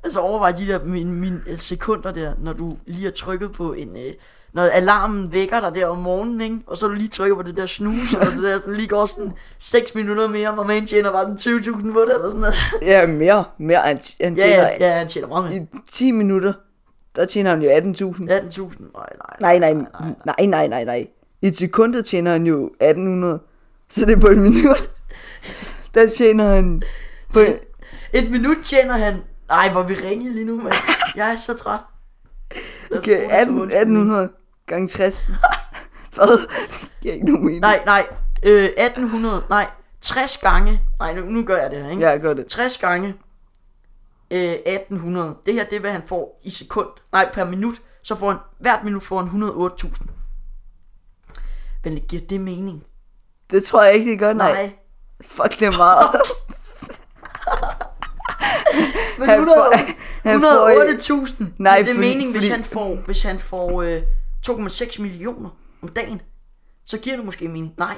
[SPEAKER 1] altså overvej de der min, min, øh, sekunder der, når du lige har trykket på en... Øh, når alarmen vækker dig der om morgenen, ikke? og så du lige trykker på det der snus, og det der sådan lige går sådan 6 minutter mere, og man tjener bare den 20.000 på det, eller sådan noget.
[SPEAKER 2] Ja, mere, mere. Han, t- han
[SPEAKER 1] Ja,
[SPEAKER 2] tjener
[SPEAKER 1] ja, ja, han tjener meget mere.
[SPEAKER 2] i 10 minutter, der tjener han jo 18.000.
[SPEAKER 1] 18.000, nej, nej.
[SPEAKER 2] Nej, nej, nej, nej, nej, nej. I et sekund tjener han jo 1800. Så det er på en minut. Der tjener han... På en,
[SPEAKER 1] Et minut tjener han... Nej, hvor vi ringer lige nu, mand. Jeg er så træt. Lad os bruge
[SPEAKER 2] okay,
[SPEAKER 1] det som
[SPEAKER 2] 18,
[SPEAKER 1] undskyldning.
[SPEAKER 2] 1800 gange 60. Hvad? Det giver ikke nogen mening.
[SPEAKER 1] Nej, nej. Øh, 1800. Nej. 60 gange. Nej, nu, nu gør jeg det her, ikke?
[SPEAKER 2] Ja, jeg gør det.
[SPEAKER 1] 60 gange øh, 1800. Det her, det er, hvad han får i sekund. Nej, per minut. Så får han, hvert minut får han 108.000. Men det giver det mening?
[SPEAKER 2] Det tror jeg ikke, det gør, nej. nej. Fuck, det er meget.
[SPEAKER 1] Men
[SPEAKER 2] Han
[SPEAKER 1] 100
[SPEAKER 2] får- han får- øh,
[SPEAKER 1] 108.000.
[SPEAKER 2] Nej,
[SPEAKER 1] Nej, det er
[SPEAKER 2] fordi-
[SPEAKER 1] mening, hvis
[SPEAKER 2] fordi-
[SPEAKER 1] han får, hvis han får øh, 2,6 millioner om dagen. Så giver det måske mening. Nej.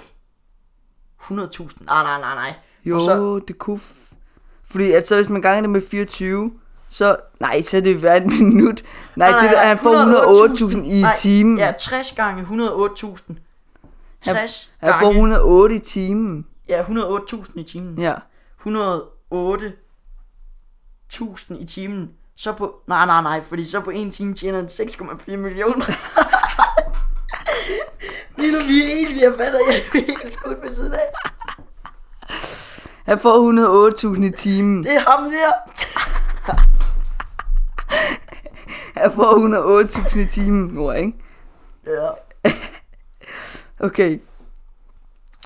[SPEAKER 1] 100.000. Nej, nej, nej, nej.
[SPEAKER 2] Jo,
[SPEAKER 1] Og så,
[SPEAKER 2] så... det kunne... f- Fordi at så hvis man ganger det med 24, så... Nej, så er det hvert minut. Nej, nej, det, der, han får 108.000 i
[SPEAKER 1] Nej,
[SPEAKER 2] timen.
[SPEAKER 1] Ja, 60 gange 108.000. 60
[SPEAKER 2] han får
[SPEAKER 1] gange,
[SPEAKER 2] 108 i timen.
[SPEAKER 1] ja, 108.000 i timen.
[SPEAKER 2] Ja.
[SPEAKER 1] 108.000 i timen. Så på, nej, nej, nej, fordi så på en time tjener han 6,4 millioner. Lige nu, vi er helt, vi har fat, og jeg er helt skudt ved siden af.
[SPEAKER 2] Han får 108.000 i timen.
[SPEAKER 1] Det er ham der.
[SPEAKER 2] Han får 108.000 i timen nu, ikke?
[SPEAKER 1] Ja.
[SPEAKER 2] Okay.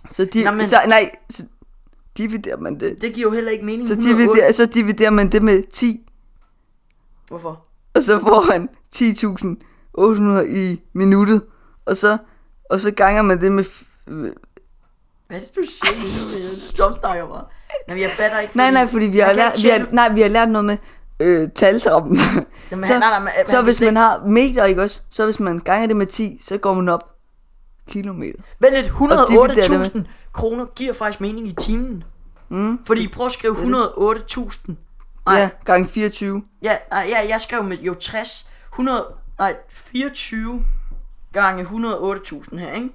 [SPEAKER 2] Så de,
[SPEAKER 1] Nå, men-
[SPEAKER 2] så, nej, så dividerer man det.
[SPEAKER 1] Det giver jo heller ikke mening.
[SPEAKER 2] Så
[SPEAKER 1] 108.
[SPEAKER 2] dividerer, så dividerer man det med 10,
[SPEAKER 1] Hvorfor?
[SPEAKER 2] og så får han 10.800 i minuttet, og så, og så ganger man det med... f- øh,
[SPEAKER 1] Hvad er det, du siger lige nu? Jeg tomsnakker bare. Nej, men jeg fatter ikke.
[SPEAKER 2] Nej, nej, fordi vi har,
[SPEAKER 1] han kan
[SPEAKER 2] lært, vi
[SPEAKER 1] ikke
[SPEAKER 2] har,
[SPEAKER 1] tjene-
[SPEAKER 2] nej, vi har lært noget med øh, taltrappen.
[SPEAKER 1] Jamen,
[SPEAKER 2] så
[SPEAKER 1] han- nej, nej, men han
[SPEAKER 2] så
[SPEAKER 1] kan
[SPEAKER 2] hvis
[SPEAKER 1] slet
[SPEAKER 2] man har meter, ikke også? Så hvis man ganger det med 10, så går man op kilometer.
[SPEAKER 1] Vent lidt,
[SPEAKER 2] Og dividerer det med-
[SPEAKER 1] 108.000 kroner giver faktisk mening i timen. Mm. Fordi prøv at skrive 108.000. Nej,
[SPEAKER 2] Ja, gang 24.
[SPEAKER 1] ja, nej, ja, jeg skrev med jo 60. 100, nej, 24 gange 108.000 her, ikke?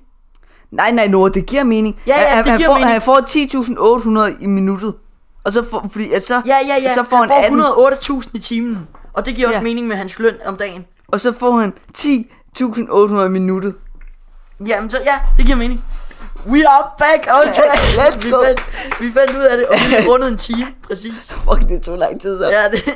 [SPEAKER 2] Nej, nej, Nora, det giver mening.
[SPEAKER 1] Ja, ja,
[SPEAKER 2] han,
[SPEAKER 1] det
[SPEAKER 2] han
[SPEAKER 1] giver
[SPEAKER 2] får,
[SPEAKER 1] mening.
[SPEAKER 2] Han får 10.800 i minuttet. Og så får, fordi, at så,
[SPEAKER 1] Ja, ja, ja.
[SPEAKER 2] så får han, 18,
[SPEAKER 1] 108.000 i timen. Og det giver ja.
[SPEAKER 2] Ja.
[SPEAKER 1] også mening med hans løn om dagen.
[SPEAKER 2] og så får han 10.800 i minuttet.
[SPEAKER 1] Jamen, så, ja, det giver mening. We are back on track.
[SPEAKER 2] Let's
[SPEAKER 1] vi
[SPEAKER 2] go.
[SPEAKER 1] Fandt, vi fandt ud af det, og vi rundede en time, præcis.
[SPEAKER 2] Fuck, det tog lang tid så.
[SPEAKER 1] Ja, det,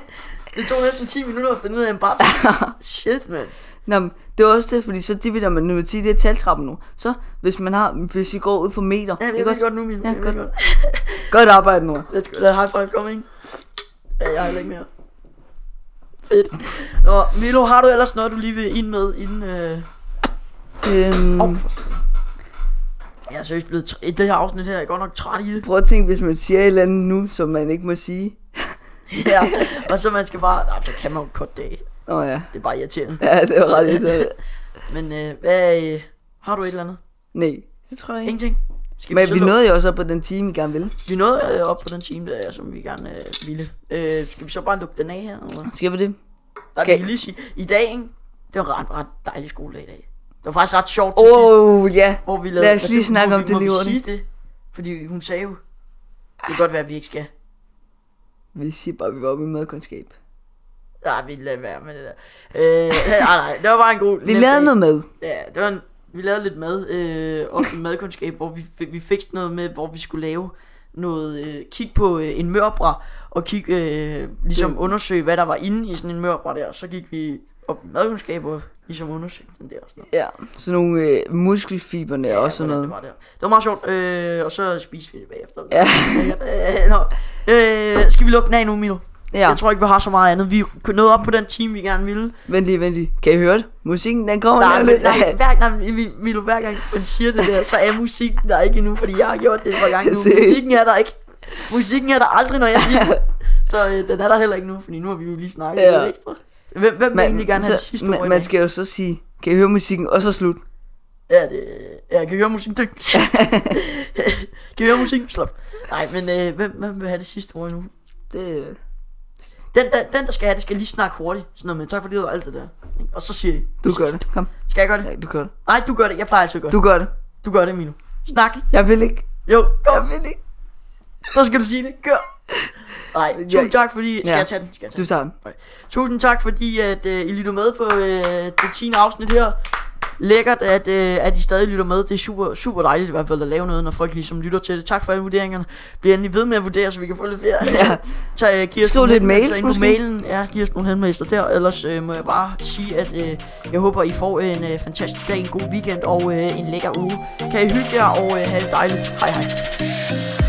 [SPEAKER 1] det tog næsten 10 minutter at finde ud af en bar. Shit, man.
[SPEAKER 2] Nå, men det er også det, fordi så dividerer man med 10, det er taltrappen nu. Så hvis man har, hvis I går ud for meter.
[SPEAKER 1] Ja, jeg
[SPEAKER 2] ikke
[SPEAKER 1] ved
[SPEAKER 2] også?
[SPEAKER 1] godt nu, Emil.
[SPEAKER 2] Ja,
[SPEAKER 1] Jeg ved
[SPEAKER 2] godt.
[SPEAKER 1] godt.
[SPEAKER 2] Godt arbejde, Nora.
[SPEAKER 1] Let's go. Lad high five komme, ikke? Ja, jeg har heller ikke mere. Fedt. Nå, Milo, har du ellers noget, du lige vil ind med, inden... Øh...
[SPEAKER 2] Øhm,
[SPEAKER 1] Åh, Jeg er seriøst blevet... Tr- I det her afsnit her, jeg er godt nok træt i det.
[SPEAKER 2] Prøv at tænke, hvis man siger et eller andet nu, som man ikke må sige.
[SPEAKER 1] Ja. og så man skal bare... Nej, så kan man jo godt det. af.
[SPEAKER 2] Nå ja,
[SPEAKER 1] Det er bare irriterende.
[SPEAKER 2] ja det var ret irriterende.
[SPEAKER 1] Men øh, hvad... Øh, har du et eller andet?
[SPEAKER 2] Nej, det tror jeg ikke.
[SPEAKER 1] Ingenting? Skal
[SPEAKER 2] Men
[SPEAKER 1] så
[SPEAKER 2] vi
[SPEAKER 1] lukke-
[SPEAKER 2] nåede jo også op på den time, I gerne ville.
[SPEAKER 1] Vi nåede øh, op på den time der, som vi gerne øh, ville. Øh, skal vi så bare lukke den af her? Eller?
[SPEAKER 2] Skal vi det?
[SPEAKER 1] Der
[SPEAKER 2] Okay.
[SPEAKER 1] okay. vil jeg lige sige, i dag, ikke? det var ret, ret dejlig skoledag i dag. Det var faktisk ret sjovt til sidst,
[SPEAKER 2] Åh, oh, ja.
[SPEAKER 1] hvor vi lavede...
[SPEAKER 2] Lad os lige
[SPEAKER 1] altså,
[SPEAKER 2] snakke
[SPEAKER 1] må
[SPEAKER 2] om
[SPEAKER 1] vi-
[SPEAKER 2] det
[SPEAKER 1] må vi
[SPEAKER 2] lige
[SPEAKER 1] sige
[SPEAKER 2] hurtigt.
[SPEAKER 1] det? Fordi hun sagde jo, det kan godt være, at vi ikke skal.
[SPEAKER 2] Vi siger bare, at vi var oppe i madkundskab.
[SPEAKER 1] Nej, vi lader være med det der. Øh, nej, nej, det var bare en god...
[SPEAKER 2] Vi
[SPEAKER 1] nem dag.
[SPEAKER 2] lavede noget med.
[SPEAKER 1] Ja, det var en, vi lavede lidt mad, øh, også madkundskab, hvor vi, fik- vi fik sådan noget med, hvor vi skulle lave noget, øh, kigge på øh, en mørbra, og kigge, øh, ligesom
[SPEAKER 2] Det-
[SPEAKER 1] undersøge, hvad der var inde i sådan en mørbra der, så gik vi op i madkundskab og ligesom undersøgte den der og sådan noget.
[SPEAKER 2] Ja. Sådan nogle øh, muskelfiberne ja, og sådan
[SPEAKER 1] hvordan
[SPEAKER 2] noget.
[SPEAKER 1] Det var, der. det var meget sjovt, øh, og så spiste vi det bagefter.
[SPEAKER 2] Ja.
[SPEAKER 1] Øh, nå. øh, skal vi lukke den af nu, Milo?
[SPEAKER 2] Ja.
[SPEAKER 1] Jeg tror ikke, vi har så meget andet. Vi nåede op på den time, vi gerne ville.
[SPEAKER 2] Vent lige, vent lige. Kan I høre det? Musikken, den kommer
[SPEAKER 1] Nej,
[SPEAKER 2] lige om
[SPEAKER 1] men,
[SPEAKER 2] lidt.
[SPEAKER 1] nej, hver, nej, men Vi- Milo, hver gang man siger det der, så er musikken der ikke endnu, fordi jeg har gjort det et par gange nu.
[SPEAKER 2] Seriøst?
[SPEAKER 1] Musikken er der ikke. Musikken er der aldrig, når jeg siger det. Så øh, den er der heller ikke nu, fordi nu har vi jo lige snakket
[SPEAKER 2] Ja.
[SPEAKER 1] ja. lidt ekstra. Hvem, hvem vil egentlig gerne have det sidste ord
[SPEAKER 2] man,
[SPEAKER 1] i
[SPEAKER 2] man
[SPEAKER 1] dag?
[SPEAKER 2] skal jo så sige, kan I høre musikken, og så slut.
[SPEAKER 1] Ja, det, ja, kan I høre musikken? Dyk. kan I høre musikken? Slap. Nej, men øh, hvem, hvem vil have det sidste ord nu?
[SPEAKER 2] Det,
[SPEAKER 1] Den, der, den, der skal have det, skal lige snakke hurtigt. Sådan noget med, tak for det og alt det der. Og så siger I.
[SPEAKER 2] du gør det. Kom.
[SPEAKER 1] Skal jeg gøre det?
[SPEAKER 2] Ja, du gør det.
[SPEAKER 1] Nej, du gør det. Jeg plejer altid at gøre
[SPEAKER 2] Du
[SPEAKER 1] det.
[SPEAKER 2] gør det.
[SPEAKER 1] Du gør det, Milo. Snak.
[SPEAKER 2] Jeg vil ikke.
[SPEAKER 1] Jo, kom.
[SPEAKER 2] Jeg vil ikke.
[SPEAKER 1] Så skal du sige det. Kør. Nej, tusind tak fordi... Skal
[SPEAKER 2] Ja.
[SPEAKER 1] jeg tage den? Skal jeg tage
[SPEAKER 2] Du
[SPEAKER 1] den?
[SPEAKER 2] tager den.
[SPEAKER 1] Okay. Tusind tak fordi, at øh, I lytter med på øh, det 10. afsnit her. Lækkert, at, øh, at I stadig lytter med. Det er super, super dejligt i hvert fald at lave noget, når folk ligesom lytter til det. Tak for alle vurderingerne. Bliv endelig ved med at vurdere, så vi kan få lidt flere. Ja. Tag, øh, giv os
[SPEAKER 2] Skriv
[SPEAKER 1] nogle
[SPEAKER 2] lidt
[SPEAKER 1] henvendelser
[SPEAKER 2] mails
[SPEAKER 1] ind på
[SPEAKER 2] måske.
[SPEAKER 1] mailen. Ja, giv os nogle henvendelser der. Ellers øh, må jeg bare sige, at øh, jeg håber, I får en øh, fantastisk dag, en god weekend og øh, en lækker uge. Kan I hygge jer og øh, have det dejligt. Hej hej.